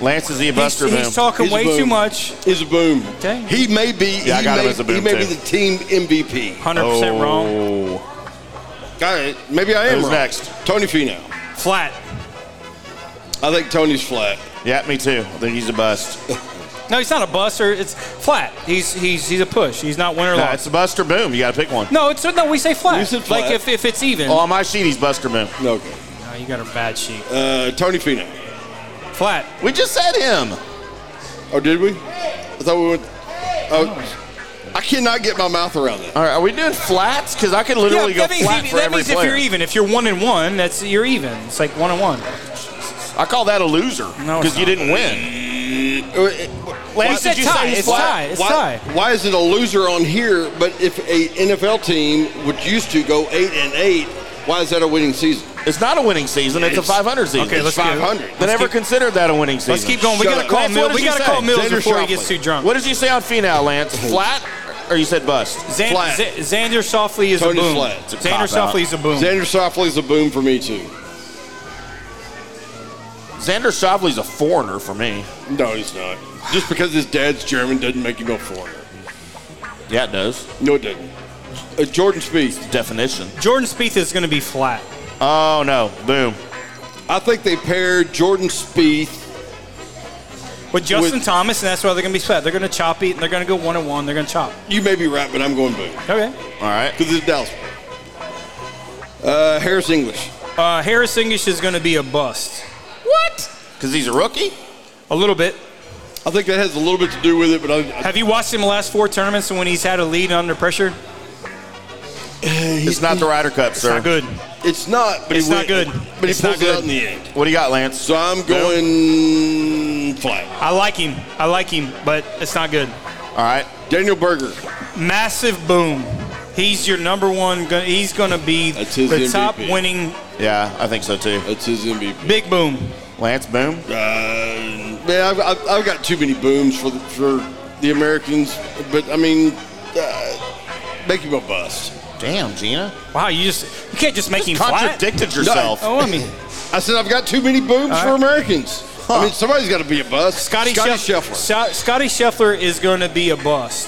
Lance is he a
He's,
buster
he's
boom?
talking
He's a
way
boom.
too much.
He's a boom.
Okay.
He may be.
Yeah, I
he
got him
may-
as a boom,
He may be
too.
the team MVP.
100 percent
Oh.
wrong.
wrong.
All right, maybe I am.
Who's
wrong.
next?
Tony Finau.
Flat.
I think Tony's flat.
Yeah, me too. I think he's a bust.
No, he's not a buster. It's flat. He's he's he's a push. He's not win or
No,
loss.
it's a bust or boom. You got to pick one.
No, it's no. We say flat.
We said flat.
Like if, if it's even.
Oh, on my sheet, he's bust or boom.
No, okay.
No, you got a bad sheet.
Uh, Tony Finau.
Flat.
We just said him.
Oh, did we? I thought we went. Oh, I cannot get my mouth around that.
All right, are we doing flats? Because I could literally
that
go
means,
flat
if,
for
that
every
means if
player.
you're even. If you're one and one, that's you're even. It's like one and one.
I call that a loser
No,
because
it's
you
not.
didn't win.
We said tie. It's tie. It's
Uh, why,
tie.
Why is it a loser on here? But if a NFL team which used to go eight and eight, why is that a winning season?
It's not a winning season. It's,
It's-
a 500 season.
Okay, let's
It's
go.
500.
I never considered that a winning season.
Let's keep going. We
Shut
gotta
up.
call
Lance,
Mills.
what did
We
you
gotta
say?
call Mills
Xander
before he
Shoffley.
gets too drunk.
What did you say on Finau, Lance? Flat or you said bust?
Xan-
Flat.
Z- Xander Shoffley is
Tony's
a boom.
flat. It's a
Xander
cop-out.
Shoffley is a boom.
Xander Shoffley's a boom for me too.
Xander Shoffley's a foreigner for me.
No, he's not. Just because his dad's German doesn't make him a foreigner.
Yeah, it does.
No, it doesn't. Uh, Jordan Spieth.
Definition.
Jordan Spieth is going to be flat.
Oh no! Boom.
I think they paired Jordan Spieth.
With Justin
With-
Thomas, and that's why they're going to be flat. They're going to chop it, and they're going to go one and one. They're going to chop.
You may be right, but I'm going boom
Okay.
All right.
because it's Dallas. Uh, Harris English.
Uh, Harris English is going to be a bust.
Because he's a rookie.
A little bit.
I think that has a little bit to do with it, but I,
Have you watched him the last four tournaments when he's had a lead under pressure?
It's not the Ryder Cup, sir.
Not good.
It's not. But
It's
he
not
went-
good.
But
It's
he
not
pulls it
good.
out in the end.
What do you got, Lance?
So I'm going flat.
I like him. I like him, but it's not good.
All right.
Daniel Berger.
Massive boom. He's your number one. go- He's going to be
That's his
the top
MVP.
winning.
Yeah, I think so too.
That's his MVP.
Big boom.
Lance Boom.
Uh, man, I've, I've, I've got too many booms for the, for the Americans, but I mean, uh, make him a bust.
Damn, Gina.
Wow, you just you can't just make him flat.
Contradicted yourself.
Oh, I mean,
I said I've got too many booms
right.
for Americans. I mean, somebody's got to be a bust.
Scotty,
Scotty
Scheffler.
Scheffler.
Scho- Scotty Scheffler is going to be a bust,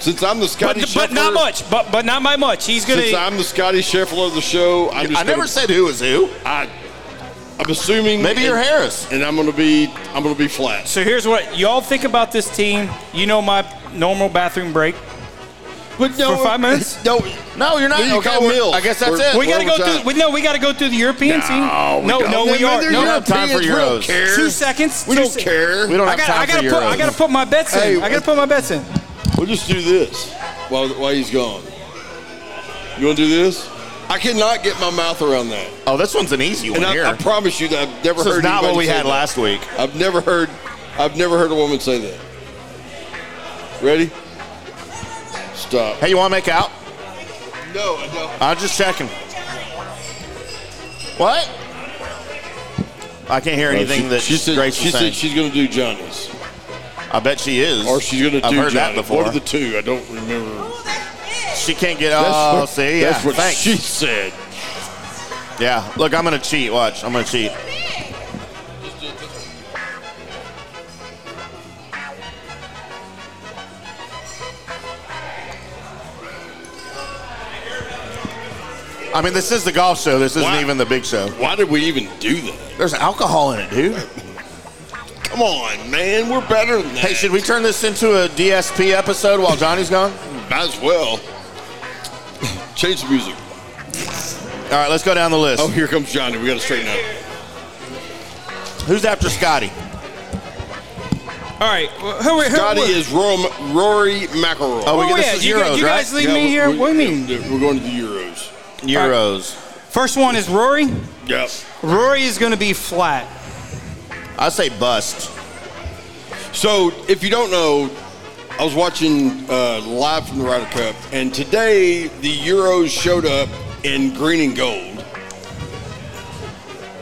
Since I'm the
but,
Scotty Scheffler,
but not much. But but not by much. He's going
Since
to.
I'm the Scotty Scheffler of the show, I'm just
I never
gonna,
said who is who.
I, I'm assuming
Maybe you're
and,
Harris.
and I'm gonna be I'm gonna be flat.
So here's what y'all think about this team. You know my normal bathroom break.
But
For five minutes?
No,
No, you're not.
Well, you
okay,
got
we're-
Mills.
I guess that's
We're-
it.
We got to
One
go
more time.
through. We, no, we got to go through the European team.
No, we
no,
don't.
no,
Them
we
in
are.
there,
No,
you
no,
have time for
Europeans, we don't
Euros.
care.
two seconds.
We
two
don't
se-
care.
We don't
I
have
got.
time
I got
for
to put. I
Euros.
got to put my bets in.
Hey,
I got to put my bets in.
We'll just do this while, while he's gone. You want to do this? I cannot get my mouth around that.
Oh, this one's an easy one
And
here.
I, I promise you that I've never
this
heard
is not
anybody
what we
say
had
that.
last week.
I've never heard I've never heard a woman say that. Ready? Stop.
Hey, you want to make out?
No, I don't.
I'm just checking. What? I can't hear anything that
she said,
Grace
she
was saying.
said she's going to do Johnny's,
I bet she is.
or she's going to do
I've heard
Johnny's.
that before.
One of the two. I don't remember.
she can't get. Oh,
what,
see, yeah,
that's what
thanks.
she said.
yeah, look, I'm gonna cheat. Watch, I'm gonna cheat. I mean, this is the golf show. This isn't
Wow.
even the big show.
Why did we even do that?
There's alcohol in it, dude.
Come on, man. We're better than that.
Hey, should we turn this into a DSP episode while Johnny's gone?
Might as well change the music.
All right, let's go down the list.
Oh, here comes Johnny. We got to straighten up.
Who's after Scotty?
All right. Well, Who are who?
Scotty
who-
is uh, Rome, Rory McIlroy.
Oh, we
Where
get
we
this
at?
is
you, guys-
Euros,
you
right?
guys leave me here. What do you mean?
We're going to the Euros.
Euros.
First one is Rory.
Yep.
Rory is going to be flat.
I say bust.
So, if you don't know, I was watching uh, live from the Ryder Cup, and today the Euros showed up in green and gold,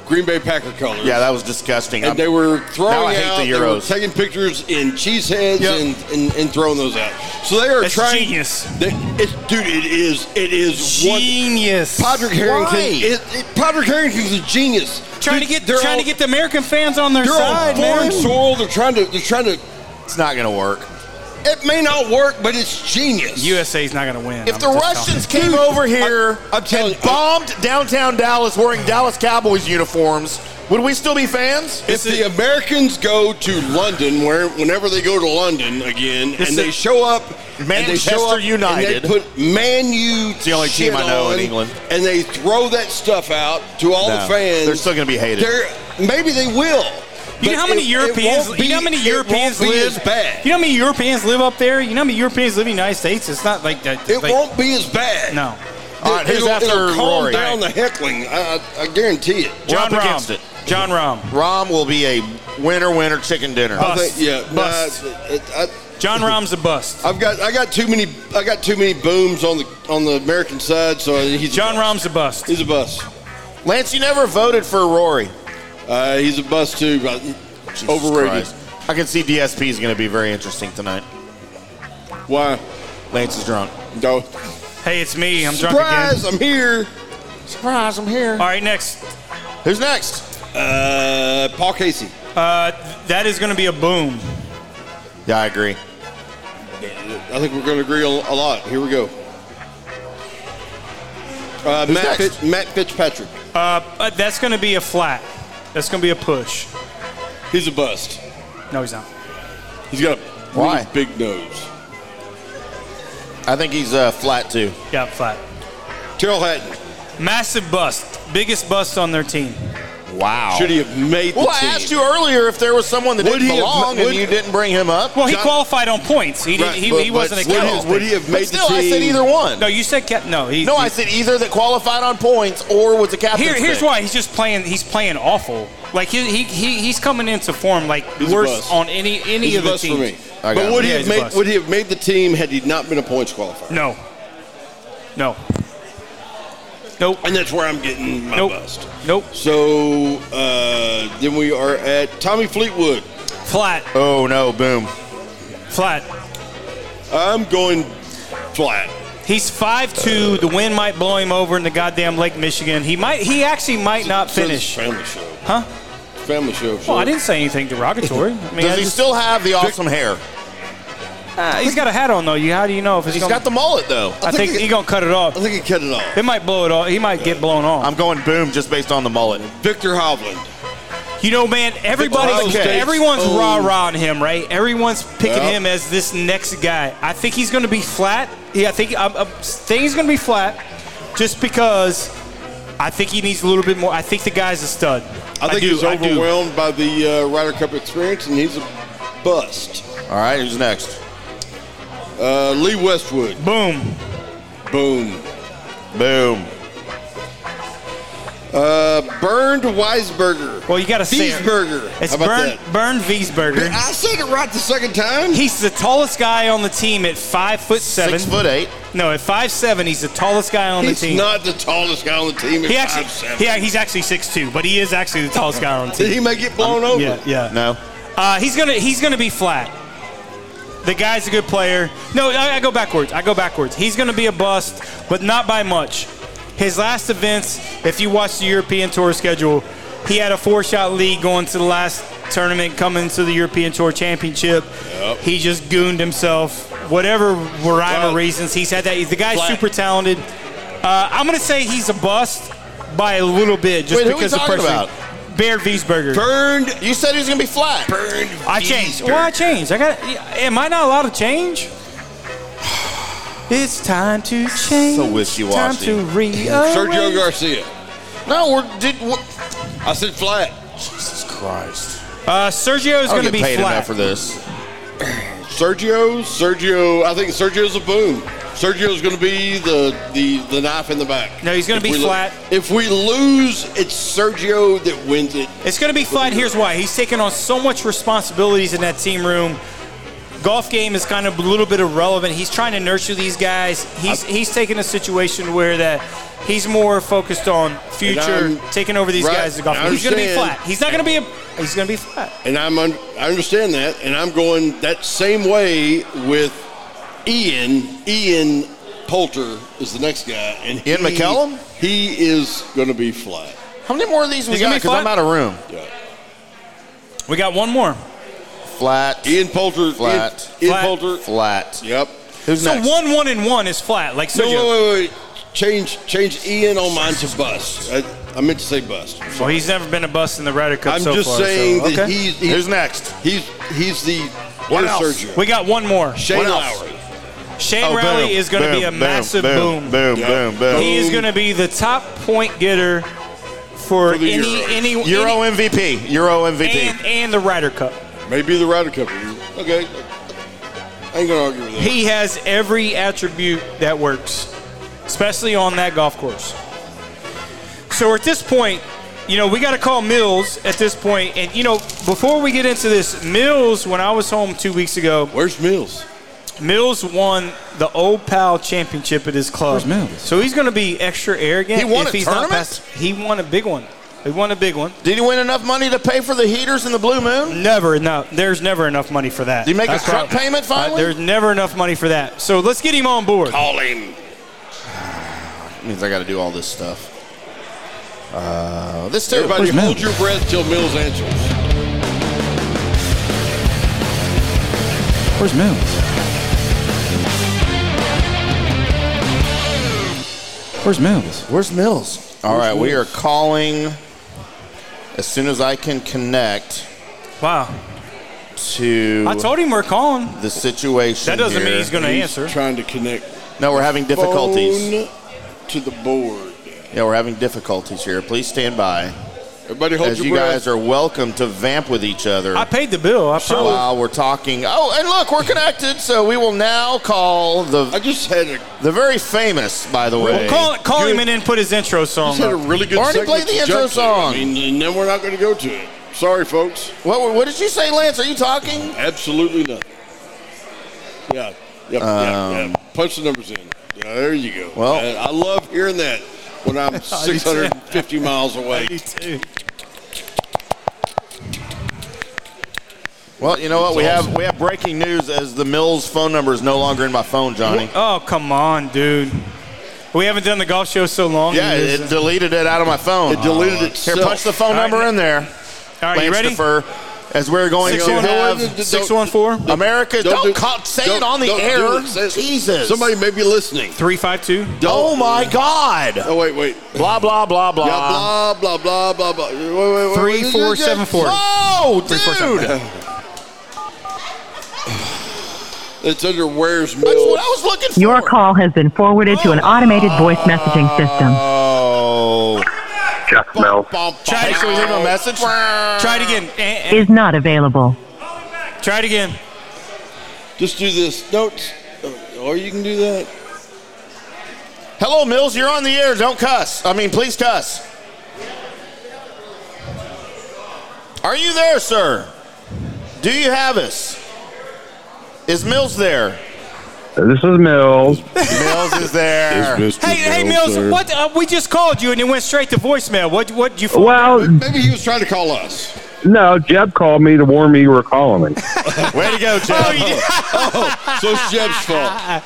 Green Bay Packer colors.
Yeah, that was disgusting.
and
I'm-
they were
now I
throwing
hate
out,
the
they were
Euros.
taking pictures in cheese heads
Yep.
and, and, and throwing those out. So they are
That's
trying.
genius.
They, it's, dude, it is. It is one.
Genius.
Patrick Harrington.
Why?
It, it, Patrick Harrington's a genius.
Trying to
Dude,
get
they're
trying
on-
to get the American fans on their
They're
side,
on foreign
man.
soil. They're trying to. They're trying to.
it's not going to work.
It may not work, but it's genius.
USA's not going to win.
If
I'm
the
just
Russians came over here
I- I'm telling
and
you, I-
bombed downtown Dallas wearing Dallas Cowboys uniforms, would we still be fans?
if the Americans go to London, where whenever they go to London again,
This
and they
is-
show up, and they
Manchester
show up,
United.
and they put Man U.
the only
shit
team I know in
on,
England.
and they throw that stuff out to all
No,
the fans.
they're still gonna be hated.
They're, maybe they will.
You know
but
how many
it- it
Europeans?
won't
you know how
be-
many
it
Europeans
won't be
live?
as bad.
You know how many Europeans live up there? You know how many Europeans live in the United States? It's not like that.
It
like-
won't be as bad.
No.
All right, who's
it'll,
after
it'll calm
Rory?
down the heckling. I, I, I guarantee it.
We're up
John Rahm.
against it.
John Rahm.
Rom will be a winner, winner, chicken dinner.
Bust.
I think, yeah,
Bust.
Nah, I, I,
John Rahm's a bust.
I've got I got too many I got too many booms on the on the American side, so he's
John
a bust.
Rahm's a bust.
He's a bust.
Lance, you never voted for Rory.
Uh, he's a bust too. But
Jesus
overrated.
Christ. I can see DSP is going to be very interesting tonight.
Why?
Lance is drunk.
No.
Hey, it's me. I'm drunk
Surprise!
again.
I'm here.
Surprise, I'm here.
All right, next.
Who's next?
Uh, Paul Casey.
Uh, that is going to be a boom.
Yeah, I agree.
I think we're going to agree on a lot. Here we go. Uh, Matt,
next?
Fitz, Matt Fitzpatrick.
Uh, uh, that's going to be a flat. That's going to be a push.
He's a bust.
No, he's not.
He's got a
Why?
really big nose.
I think he's uh, flat too.
Yeah, flat.
Terrell Hatton.
Massive bust. Biggest bust on their team.
Wow.
Should he have made the
Oh. well, I
team?
asked you earlier if there was someone that
Would
didn't
he have-
belong, and
would-
you didn't bring him up.
Well, he
John-
qualified on points. He didn't.
Right,
he,
but-
he wasn't a
but would
captain.
he, would he have
but
made
still,
the
I
team?
said either one.
no, you said cap. No, he,
No, I said either that qualified on points or was a captain.
Here, here's why he's just playing. He's playing awful. Like he, he, he he's coming into form like
He's a bust.
worse on any any
He's a
of the
bust for me.
teams.
I got
But
him.
would he
Yeah, he's
have
a
made
bust.
would he have made the team had he not been a points qualifier?
No, no, nope,
And that's where I'm getting my
nope,
bust.
nope.
So uh, then we are at Tommy Fleetwood.
Flat,
Oh no! Boom.
flat.
I'm going flat.
He's five two. The wind might blow him over in the goddamn Lake Michigan. He might. He actually might not finish.
Says family show.
Huh?
Family show.
Well, I
sure.
didn't say anything derogatory. I mean,
Does
I
he
just-
still have the awesome hair?
uh, he's got a hat on though. You how do you know if it's
He's
gonna,
got the mullet though.
I think he's gonna cut it off.
I think he cut it off.
It might blow it off. He might get blown off.
I'm going boom just based on the mullet.
Victor Hovland.
You know, man, everybody's
Okay.
everyone's
Oh.
rah rah on him, right? Everyone's picking
Yeah.
him as this next guy. I think he's going to be flat. Yeah, I think I'm, I'm think he's going to be flat, just because I think he needs a little bit more. I think the guy's a stud.
I think
do,
he's
I do.
overwhelmed by the uh, Ryder Cup experience, and he's a bust.
All right, who's next?
Uh, Lee Westwood.
Boom.
Boom.
Boom.
Uh, Burned Weisberger.
Well, you got to say it.
Wiesberger.
It's
How about
Bern
that?
Bern
Did
Wiesberger.
I said it right the second time.
He's the tallest guy on the team at five foot seven.
Six foot eight.
No, at five seven, he's the tallest guy on
He's
the team.
not the tallest guy on the team. At
he actually,
5'7".
yeah, he's actually six two, but he is actually the tallest guy on the team.
He may get blown over.
Yeah, yeah.
No.
Uh, he's gonna he's gonna be flat. The guy's a good player. No, I, I go backwards. I go backwards. He's gonna be a bust, but not by much. His last events, if you watch the European Tour schedule, he had a four-shot lead going to the last tournament, coming to the European Tour Championship. He just gooned himself. Whatever rhyme
Well,
or reasons, he's had that. The guy's
flat.
super talented. Uh, I'm gonna say he's a bust by a little bit, just
Wait, who we
because of
talking
person.
about?
Baird Wiesberger.
Burned. You said he was gonna be flat.
Burned.
I changed. Well, I changed. I got. Am I not allowed to change? It's time to change.
So wishy-washy.
Time to re.
Sergio Garcia.
No, we're did. What?
I said flat.
Jesus Christ.
Uh, Sergio's
I
going
don't
to
get
be
paid
flat.
enough for this.
Sergio, Sergio. I think Sergio's a boom. Sergio's going to be the, the the knife in the back.
No, he's gonna
If
be
we lo-
flat.
if we lose, it's Sergio that wins it.
It's going to be flat. Here's why. He's taking on so much responsibilities in that team room. Golf game is kind of a little bit irrelevant. He's trying to nurture these guys. He's he's taking a situation where that he's more focused on future,
I'm-
taking over these
right,
guys. At golf.
I
He's going to be
understand.
flat. He's not going to be a. He's going to be flat.
And I'm un- I understand that, and I'm going that same way with Ian. Ian Poulter is the next guy, and
Ian
he-
McKellen?
He is going to be flat.
How many more of these we
Is it
got?
gonna be
Because I'm
flat?
out of room.
Yeah.
We got one more.
Flat.
Ian Poulter. Ian-
Flat.
Ian,
Flat.
Poulter.
Flat.
Yep.
Who's
So
next?
one, one, and one is flat. Like
No, uh,
Sergio.
wait, wait, wait. Change, change Ian on mine to bust. I, I meant to say bust.
Well, he's never been a bust in the Ryder Cup
I'm
so
just
far,
saying
so-
that
okay.
he's,
Who's
he's
next?
he's he's the
What
what
else?
Sergio.
We got one more.
Shane
what else?
Lowry.
Shane
Oh,
Rowley
boom,
is going to
boom,
be a
boom,
massive boom.
Boom. Boom.
Yeah.
Boom. boom.
He is going to be the top point getter for,
For the
any
Euros.
any
Euro
any,
MVP. Euro MVP.
and and the Ryder Cup.
Maybe the Ryder Cup. Okay. I ain't gonna argue with that.
He has every attribute that works, especially on that golf course. So at this point, you know, we got to call Mills at this point. And, you know, before we get into this, Mills, when I was home two weeks ago,
Where's Mills?
Mills won the Old Pal Championship at his club. So he's going to be extra arrogant.
He won
if
a
he's
tournament?
Not passed. He won a big one. He won a big one.
Did he win enough money to pay for the heaters and the blue moon?
Never enough. There's never enough money for that.
Did he make
That's
his truck
right.
payment
Uh,
finally?
there's never enough money for that. So let's get him on board.
Call him.
means I got to do all this stuff. Uh, this too.
Everybody, hold your breath till Mills answers.
Where's Mills? Where's Mills?
Where's Mills? All right, we are calling as soon as I can connect
Wow.
to
I told him we're calling.
the situation.
That doesn't mean
here.
he's going to answer.
Trying to connect
No, we're having difficulties.
phone to the board.
Yeah, we're having difficulties here. Please stand by.
Everybody hold
as
your
you
breath.
guys are welcome to vamp with each other
I paid the bill. I probably,
while we're talking. Oh, and look, we're connected, so we will now call
I
the
just had a,
the very famous, by the way.
well, call call him and then put his intro song.
just had a
up.
really good
Barney,
segment
play the
to
intro
jump to.
song.
I mean, and then we're not going to go to it. Sorry, folks.
What, what did you say, Lance? Are you talking?
Absolutely not. Yeah. Yep, yeah, yeah. Punch the numbers in. Yeah, there you go.
Um, Well-
I, I love hearing that when I'm 650 miles away.
Well, you know what? We have we have breaking news as the Mills phone number is no longer in my phone, Johnny.
Oh come on, dude. We haven't done the golf show so long.
Yeah, it, it deleted it out of my phone.
It deleted
Here,
itself.
punch the phone
All right.
number in there,
All right, you
Lance
ready?
Defer, as we're going to
611.
have
Don't-
614
America. Don't,
Don't do-
call, say
don't-
it on the
don't do
air.
it. Say it.
Jesus.
Somebody may be listening.
352.
oh my God.
Oh, wait, wait.
Blah blah blah blah.
Yeah, blah, blah, blah, blah, blah. Wait, wait, wait,
Uh, Three,
wait,
four,
wait, wait.
seven, four.
Oh, dude.
It's under Where's Mills.
That's what I was looking for.
Your call has been forwarded to an automated voice messaging system.
Oh.
Jeff Mills.
Try it.
Should we leave him a message?
Try
Uh,
it again. Eh, eh.
Is not available.
Try it again.
Just do this. Notes. Or oh, you can do that.
Hello, Mills. You're on the air. Don't cuss. I mean, please cuss. Are you there, sir? Do you have us? Is Mills there?
This is Mills.
Mills is there.
Hey, hey, Mills, what? Uh, we just called you and it went straight to voicemail. What? What? You?
Oh.
Well,
Maybe he was trying to call us.
no, Jeb called me to warn me you were calling me,
Way to go, Jeff.
you did.
So it's Jeb's fault.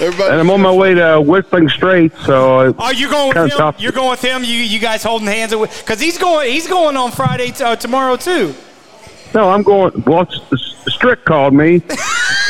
Everybody.
and I'm on my way to Whistling Straits. So
Are you going
Kinda
with him?
tough.
You're going with him. You you guys holding hands because he's going. He's going on Friday t- uh, tomorrow too.
no, I'm going. Well, S- S- Strick called me,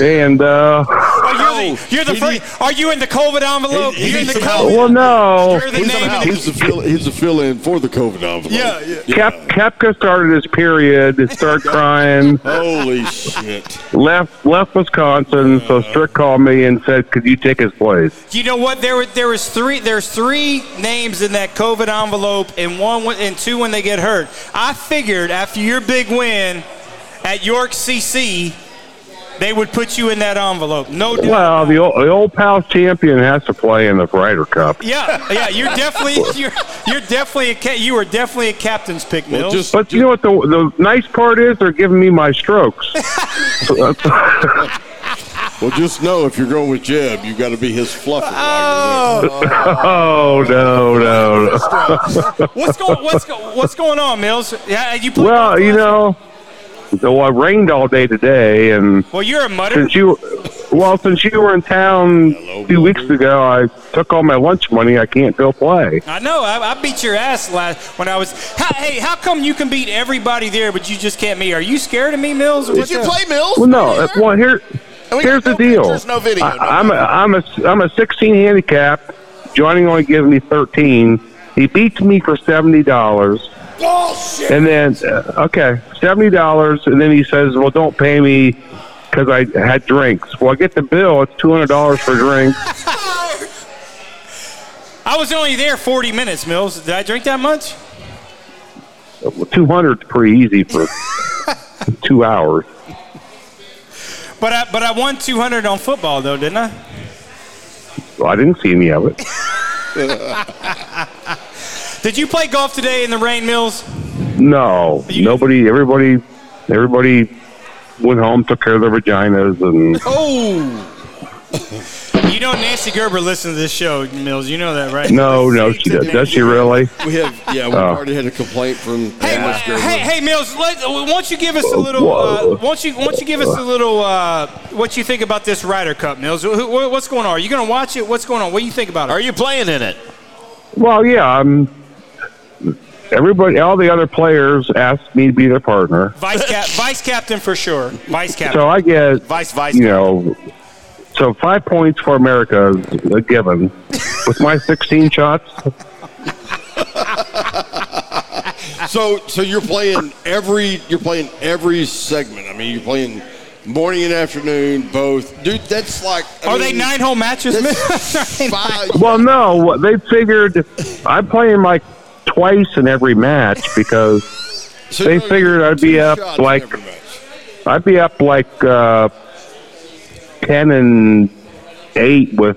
and uh,
Are you the, you're the
he
fir-
need-
are you in the COVID envelope?
He- he
you're in the
needs some
COVID.
well, no,
You're the
He's
name.
the,
and the-
he's the fill. He's the fill-in for the COVID envelope.
Yeah, yeah.
Kep, Kepka started his period. It started crying.
Holy shit!
left left Wisconsin. So Strick called me and said, "Could you take his place?"
You know what? There were there was three. There's three names in that COVID envelope, and one when- and two when they get hurt. I figured after your big win at York CC, they would put you in that envelope. No doubt.
Well, the old, the old pal champion has to play in the Ryder Cup.
Yeah, yeah, you're definitely you're you're definitely a ca- you were definitely a captain's pick, Mills.
Well, just
But you know what? The, the nice part is they're giving me my strokes. So that's-
well, just know if you're going with Jeb, you got to be his fluffer.
Oh,
oh no, no, no.
what's going what's go, what's going on, Mills? Yeah, you play
Well, you know, though I rained all day today, and
Well, you're a mutter.
since you, well, since you were in town
Hello,
two weeks
brother.
ago, I took all my lunch money. I can't go play.
I know. I, I beat your ass last when I was. How, hey, how come you can beat everybody there, but you just can't me? Are you scared of me, Mills?
Did you play Mills?
Well, no. uh, Well, here,
And we
here's
got
the
no
deal.
pictures, no video,
I,
no
I'm a, I'm a, I'm a 16 handicap. Johnny only gives me 13. He beats me for seventy dollars. And then, uh, okay, seventy dollars, and then he says, "Well, don't pay me because I had drinks." Well, I get the bill; it's two hundred dollars for drinks.
I was only there 40 minutes, Mills. Did I drink that much?
two hundred's pretty easy for two hours.
But I but I won 200 on football though, didn't I?
Well, I didn't see any of it.
Did you play golf today in the rain, Mills?
No,
You-
nobody. Everybody, everybody went home, took care of their vaginas, and
You know Nancy Gerber listens to this show, Mills. You know that, right?
no, no, she does. Does she really?
We have, yeah, we've
Oh.
already had a complaint from.
Hey,
Yeah.
uh, hey, hey, Mills! Let, won't you give us a little?
Whoa.
Uh, won't you? Won't you give us a little? Uh, what you think about this Ryder Cup, Mills? Who, who, what's going on? Are you going to watch it? What's going on? What do you think about it?
Are you playing in it?
Well, yeah. I'm, everybody, all the other players asked me to be their partner,
vice cap, vice captain for sure. Vice captain.
so I get
Vice, vice.
you know. So five points for America is a given. With my 16 shots,
So, so you're playing every, you're playing every segment. I mean, you're playing morning and afternoon, both. Dude, that's like. I
Are
mean,
they nine hole matches? Mills?
That's five.
Well, no, what they figured I'm playing like twice in every match because
So
They
you're gonna
figured
get
I'd be
two
up,
shots in
like-
every match.
I'd be up like uh, ten and eight with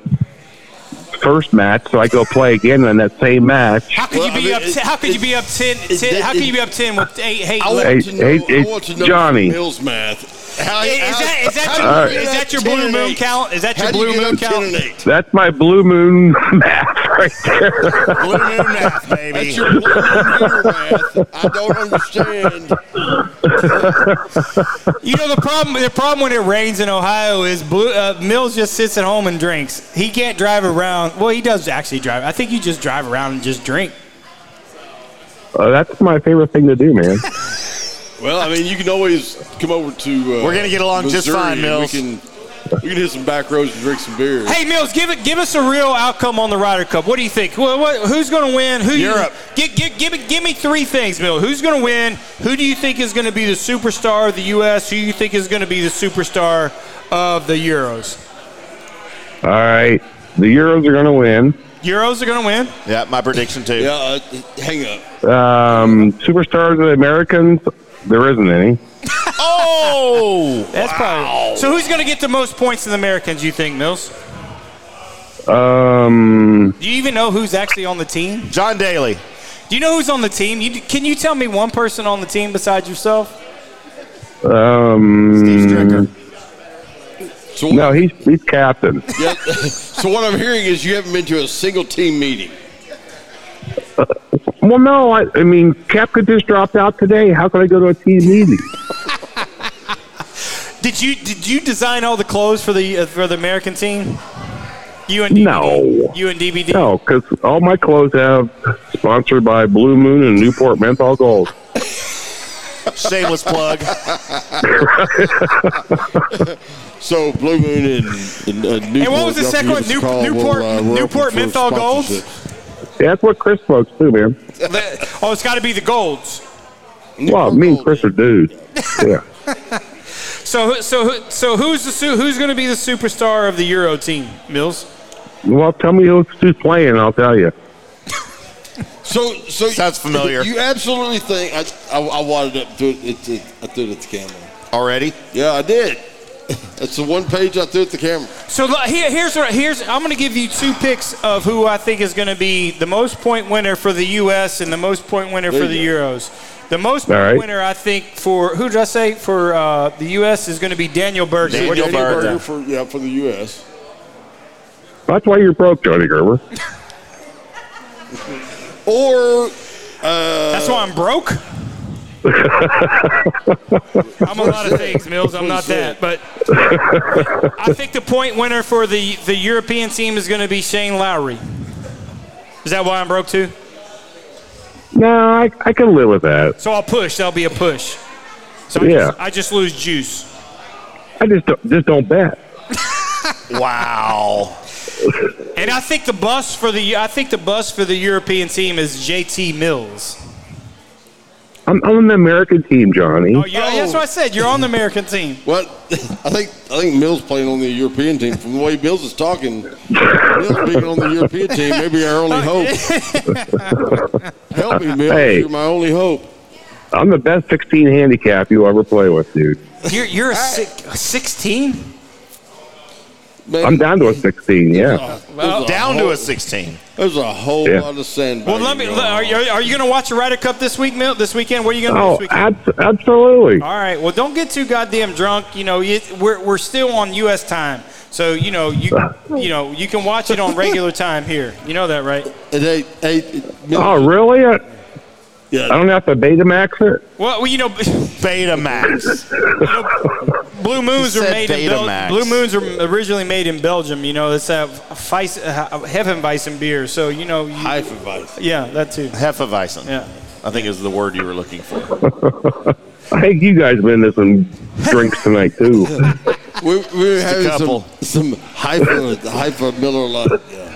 first match, so I go play again in that same match.
How could
Well,
you
I
be
mean,
up?
it-
how could you be up ten?
it-
10 how
it-
could you be up ten with eight? Hey,
I want
Hey,
to know.
hey,
I
hey,
want to know
Johnny.
Bill's math. How,
is
how-
that is that your,
how do you
is
get
that
up
your
10
blue
and
moon
eight?
count? Is that
How
your
do you
blue
get
moon
up 10 and
count?
eight?
That's my blue moon math right there.
Blue moon math,
That's
baby.
your blue moon math. I don't understand.
You know the problem. The problem when it rains in Ohio is blue, uh, Mills just sits at home and drinks. He can't drive around. Well, he does actually drive. I think you just drive around and just drink.
Uh, that's my favorite thing to do, man.
Well, I mean, you can always come over to. Uh,
We're gonna get along just
Missouri
fine,
and
Mills.
We can, we can hit some back roads and drink some beer.
Hey Mills, give it. Give us a real outcome on the Ryder Cup. What do you think? What, what, who's going to win? Who?
Europe.
You, give, give, give, me- give me three things, Bill. Who's going to win? Who do you think is going to be the superstar of the U.S.? Who you think is going to be the superstar of the Euros?
All right, the Euros are going to win.
Euros are going to win.
Yeah, my prediction too.
Yeah, uh, hang up.
Um, superstars of the Americans, there isn't any.
Oh,
That's probably. So who's going to get the most points in the Americans? You think, Mills?
Um,
Do you even know who's actually on the team?
John Daly.
Do you know who's on the team? You, can you tell me one person on the team besides yourself?
um,
Steve Stricker.
So,
no, he's he's captain.
yeah, so what I'm hearing is you haven't been to a single team meeting.
Well, no, I, I mean, Kepka just dropped out today. How could I go to a team meeting?
Did you did you design all the clothes for the uh, for the American team? You and DBD?
No.
You and DBD.
No, because all my clothes have sponsored by Blue Moon and Newport Menthol Gold.
Shameless plug.
So Blue Moon and, and, uh, Newport.
what was the
y'all
second
give
one?
us a
New-
call.
Newport-
We'll, uh, we're
Newport
open for
Menthol Golds?
sponsorship.
That's what Chris smokes too, man.
Oh, it's got to be the golds.
Newport
Well, me and
Gold.
Chris are dudes. Yeah.
So who- so who- so who's the su- who's going to be the superstar of the Euro team? Mills.
Well, tell me who's who's playing, and I'll tell you.
So, so
Sounds familiar.
You absolutely think I? I, I wadded up to it, it, it. I threw it at the camera.
Already?
Yeah, I did. That's the one page I threw at the camera.
So look, here, here's what- here's I'm going to give you two picks of who I think is going to be the most point winner for the U.S. and the most point winner for
There you
the Euros. The most
All
point
right.
winner I think for who did I say for uh, the U.S. is going to be Daniel Berger. What do
Daniel
you think?
Berger.
Burger for yeah for the U.S.
That's why you're broke, Johnny Gerber.
Or
That's why I'm broke. I'm a lot of things, Mills. I'm not that, but I think the point winner for the the European team is going to be Shane Lowry. Is that why I'm broke too?
No, I, I can live with that.
So I'll push. That'll be a push. So I,
Yeah.
just, I just lose juice.
I just don't, just don't bet.
Wow.
And I think the bus for the I think the bus for the European team is JT Mills.
I'm on the American team, Johnny.
Oh, yeah, that's what I said. You're on the American team.
what? I think I think Mills playing on the European team. From the way Mills is talking, Mills being on the European team may be our only hope. Help me, Mills.
Hey.
You're my only hope.
I'm the best 16 handicap you'll ever play with, dude.
You're you're a six, 16.
Man,
I'm down to a 16. Yeah.
there's a
Down
whole-
to a 16.
There's a whole
Yeah.
lot of sandbags.
Well, let me.
going
Are you,
on.
are you going to watch a Ryder Cup this week, Mil? This weekend? What are you going to do
Oh,
this weekend?
abs- absolutely.
All right. Well, don't get too goddamn drunk. You know, it, we're we're still on U.S. time, so you know you you know you can watch it on regular time here. You know that, right?
And hey, hey, Mills,
Oh, really? I,
Yeah.
I don't have to Betamax it.
Well, well, you know.
Beta Max.
Blue moons
He
are
said
made in
Betamax.
Belgium. Blue moons are originally made in Belgium. You know, it's a Weiss, uh, Hefeweizen beer. So you know, you,
life advice.
yeah, that too.
Hefeweizen.
Yeah.
I think is the word you were looking for.
I think you guys been to some drinks tonight too.
We, we were having
couple.
some some hyper hyper Miller Lite. Yeah.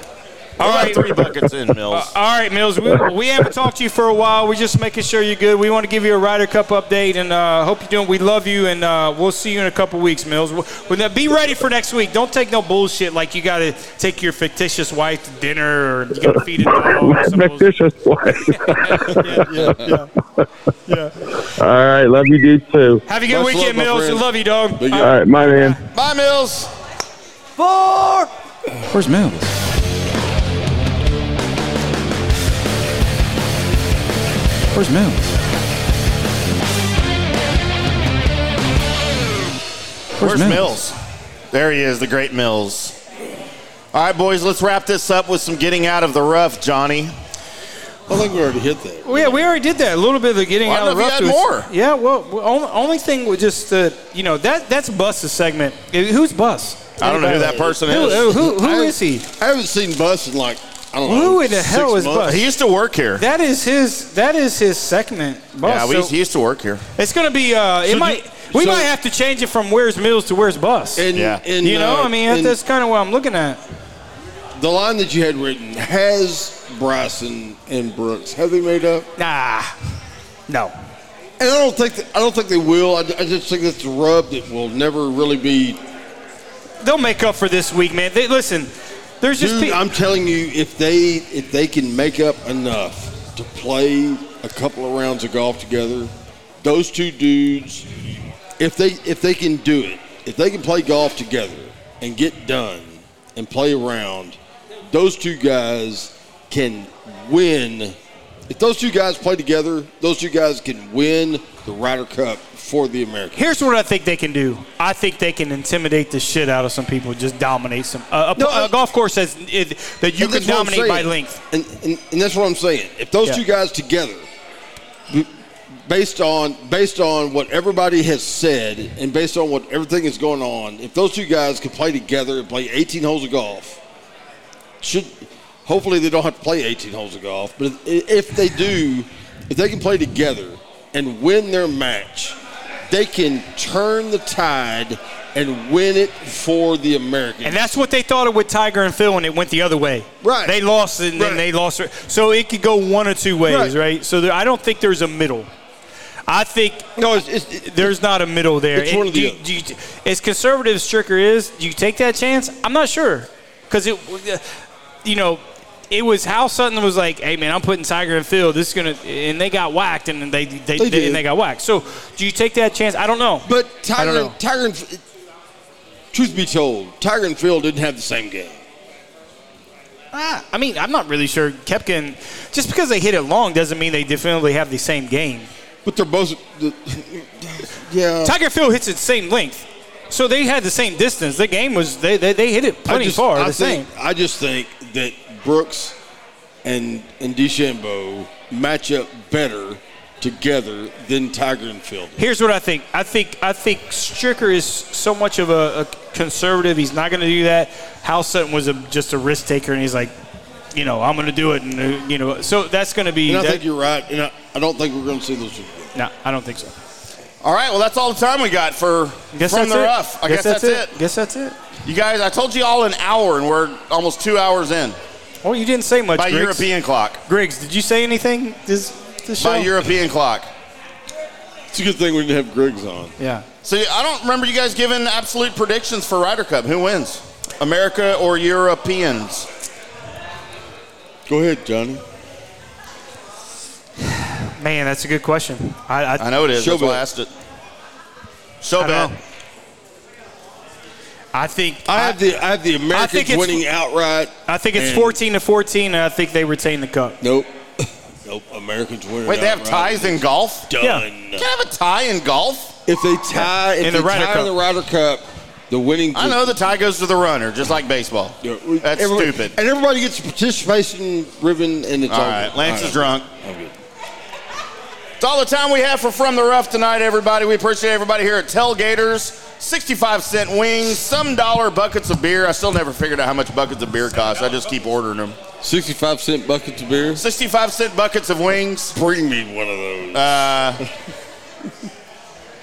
All right,
right.
three buckets in, Mills.
Uh, All right, Mills. We, we haven't talked to you for a while. We're just making sure you're good. We want to give you a Ryder Cup update, and uh, hope you're doing. We love you, and uh, we'll see you in a couple weeks, Mills. We'll, we'll- be ready for next week. Don't take no bullshit like you got to take your fictitious wife to dinner, or you got to feed a dog. Or some
Make
bullshit.
this just play.
yeah, yeah, yeah.
All right, love you, dude, too.
Have a good
Much love,
weekend,
my
Mills.
friend.
Love you, dog.
Big
All right, my man.
Bye, Mills.
Where's Mills? Where's Mills?
Where's Mills? There he is, the great Mills. All right, boys, let's wrap this up with some getting out of the rough, Johnny.
I think we already hit that.
Well, yeah, we already did that. A little bit of the getting
Well, I
out of the
don't know
rough
if you
to
had
us- Yeah, well, well, only, only thing was just uh, you know that that's Bus's segment. Eh, Who's Bus?
I don't know who that person
Who,
is.
who, who, who is he?
I haven't seen Bus in like I don't know.
Who in the
six
hell is
months.
Bus?
He used to work here.
That is his. That is his segment,
Yeah,
Bus.
we,
So
he used to work here.
it's going to be. Uh, it
So do-
might. we
so-
might have to change it from where's Mills to where's Bus.
And,
Yeah.
and,
you know,
uh,
I mean, that-
and
that's kind of what I'm looking at.
the line that you had written has Bryson and Brooks have they made up?
Nah, no.
And I don't think that, I don't think they will. I, I just think that's a rub that will never really be.
They'll make up for this week, man. They, listen, there's just.
Dude,
pe-
I'm telling you, if they if they can make up enough to play a couple of rounds of golf together, those two dudes, if they if they can do it, if they can play golf together and get done and play around, those two guys can win. If those two guys play together, those two guys can win the Ryder Cup for the Americans.
Here's what I think they can do. I think they can intimidate the shit out of some people, just dominate some. Uh, a,
No,
a
I-
golf course that's, it, that you
And
can
that's what I'm
dominate by
saying.
length.
And, and, and that's what I'm saying. If those
Yeah.
two guys together, b- based on based on what everybody has said and based on what everything is going on, if those two guys can play together and play 18 holes of golf, should hopefully they don't have to play 18 holes of golf. But if, if they do, if they can play together and win their match, they can turn the tide and win it for the Americans.
And that's what they thought of with Tiger and Phil, and it went the other way.
Right.
They lost, and then
Right.
they lost. So it could go one or two ways,
Right.
right? So there, I don't think there's a middle. I think
no, it's, it's, it-
there's not a middle there.
It's one
do
or the
you- do you- as conservative as Stricker is, do you take that chance? I'm not sure. Because it, you know, it was Hal Sutton was like, "Hey man, I'm putting Tiger in field. This is gonna," and they got whacked, and they they,
They
they-
did.
and they got whacked. So do you take that chance? I don't know. I
But
don't
Tiger,
know.
Tiger, and, truth be told, Tiger and Phil didn't have the same game.
Ah, I mean, I'm not really sure. Kepka and just because they hit it long doesn't mean they definitely have the same game.
But they're both, the, yeah.
Tiger and Phil hits it same length, so they had the same distance. The game was they they, they hit it
I
plenty
just-
far.
I
the same.
think, I just think that Brooks and and DeChambeau match up better together than Tiger and Phil. did.
Here's what I think. I think I think Stricker is so much of a, a conservative. He's not going to do that. Hal Sutton was a, just a risk taker, and he's like, you know, I'm going to do it, and uh, you know, so that's going to be.
And I
that-
think you're right. And I, I don't think we're going to see those two. again.
no, I don't think so.
All right, well, that's all the time we got for
Guess
From
that's
the
it.
Rough. I guess, that's, it.
Guess that's it.
You guys, I told you all an hour, and we're almost two hours in
Well, you didn't say much.
by
Griggs.
European clock.
Griggs, did you say anything? This, this show?
By European clock.
It's a good thing we didn't have Griggs on.
yeah.
See, I don't remember you guys giving absolute predictions for Ryder Cup. Who wins? America or Europeans?
Go ahead, Johnny.
Man, that's a good question. I, I,
I know it is.
Show
That's why I
bet.
asked it. Show
I don't
bet.
know. I think
I have the I have the Americans
it's-
winning outright.
I think it's
and-
14 to 14, and I think they retain the cup.
Nope. Nope. Americans winning.
Wait, they have
outright.
ties in golf?
Done.
Yeah.
You can't have a tie in golf.
If they tie, if
In the
they
Ryder
tie
Cup.
in the Ryder Cup, the winning.
I know the tie goes to the runner, just like baseball. That's
Everybody-
stupid.
And everybody gets a participation ribbon, and it's
All
over.
right, Lance
All
is drunk.
right, I'm good.
It's all the time we have for From the Rough tonight, everybody. We appreciate everybody here at Tailgaters. 65 cent wings, some dollar buckets of beer. I still never figured out how much buckets of beer cost. I just keep ordering them.
Sixty-five cent buckets of beer.
65 cent buckets of wings.
Uh, Bring me one of those.
Uh,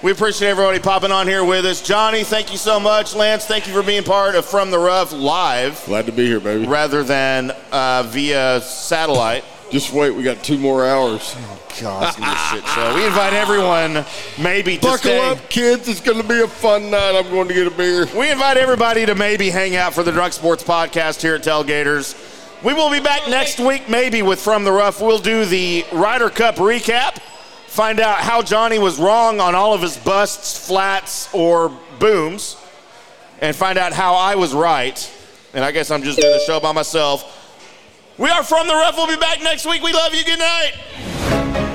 We appreciate everybody popping on here with us. Johnny, thank you so much. Lance, thank you for being part of From the Rough live
Glad to be here, baby.
rather than uh, via satellite.
Just wait, we got two more hours.
God, it's gonna be a shit show. We invite everyone, maybe to
Buckle
stay.
up, kids. It's going to be a fun night. I'm going to get a beer.
We invite everybody to maybe hang out for the Drunk Sports Podcast here at Tailgaters. We will be back next week, maybe with From the Rough. We'll do the Ryder Cup recap, find out how Johnny was wrong on all of his busts, flats, or booms, and find out how I was right. And I guess I'm just doing the show by myself. We are From the Rough. We'll be back next week. We love you. Good night.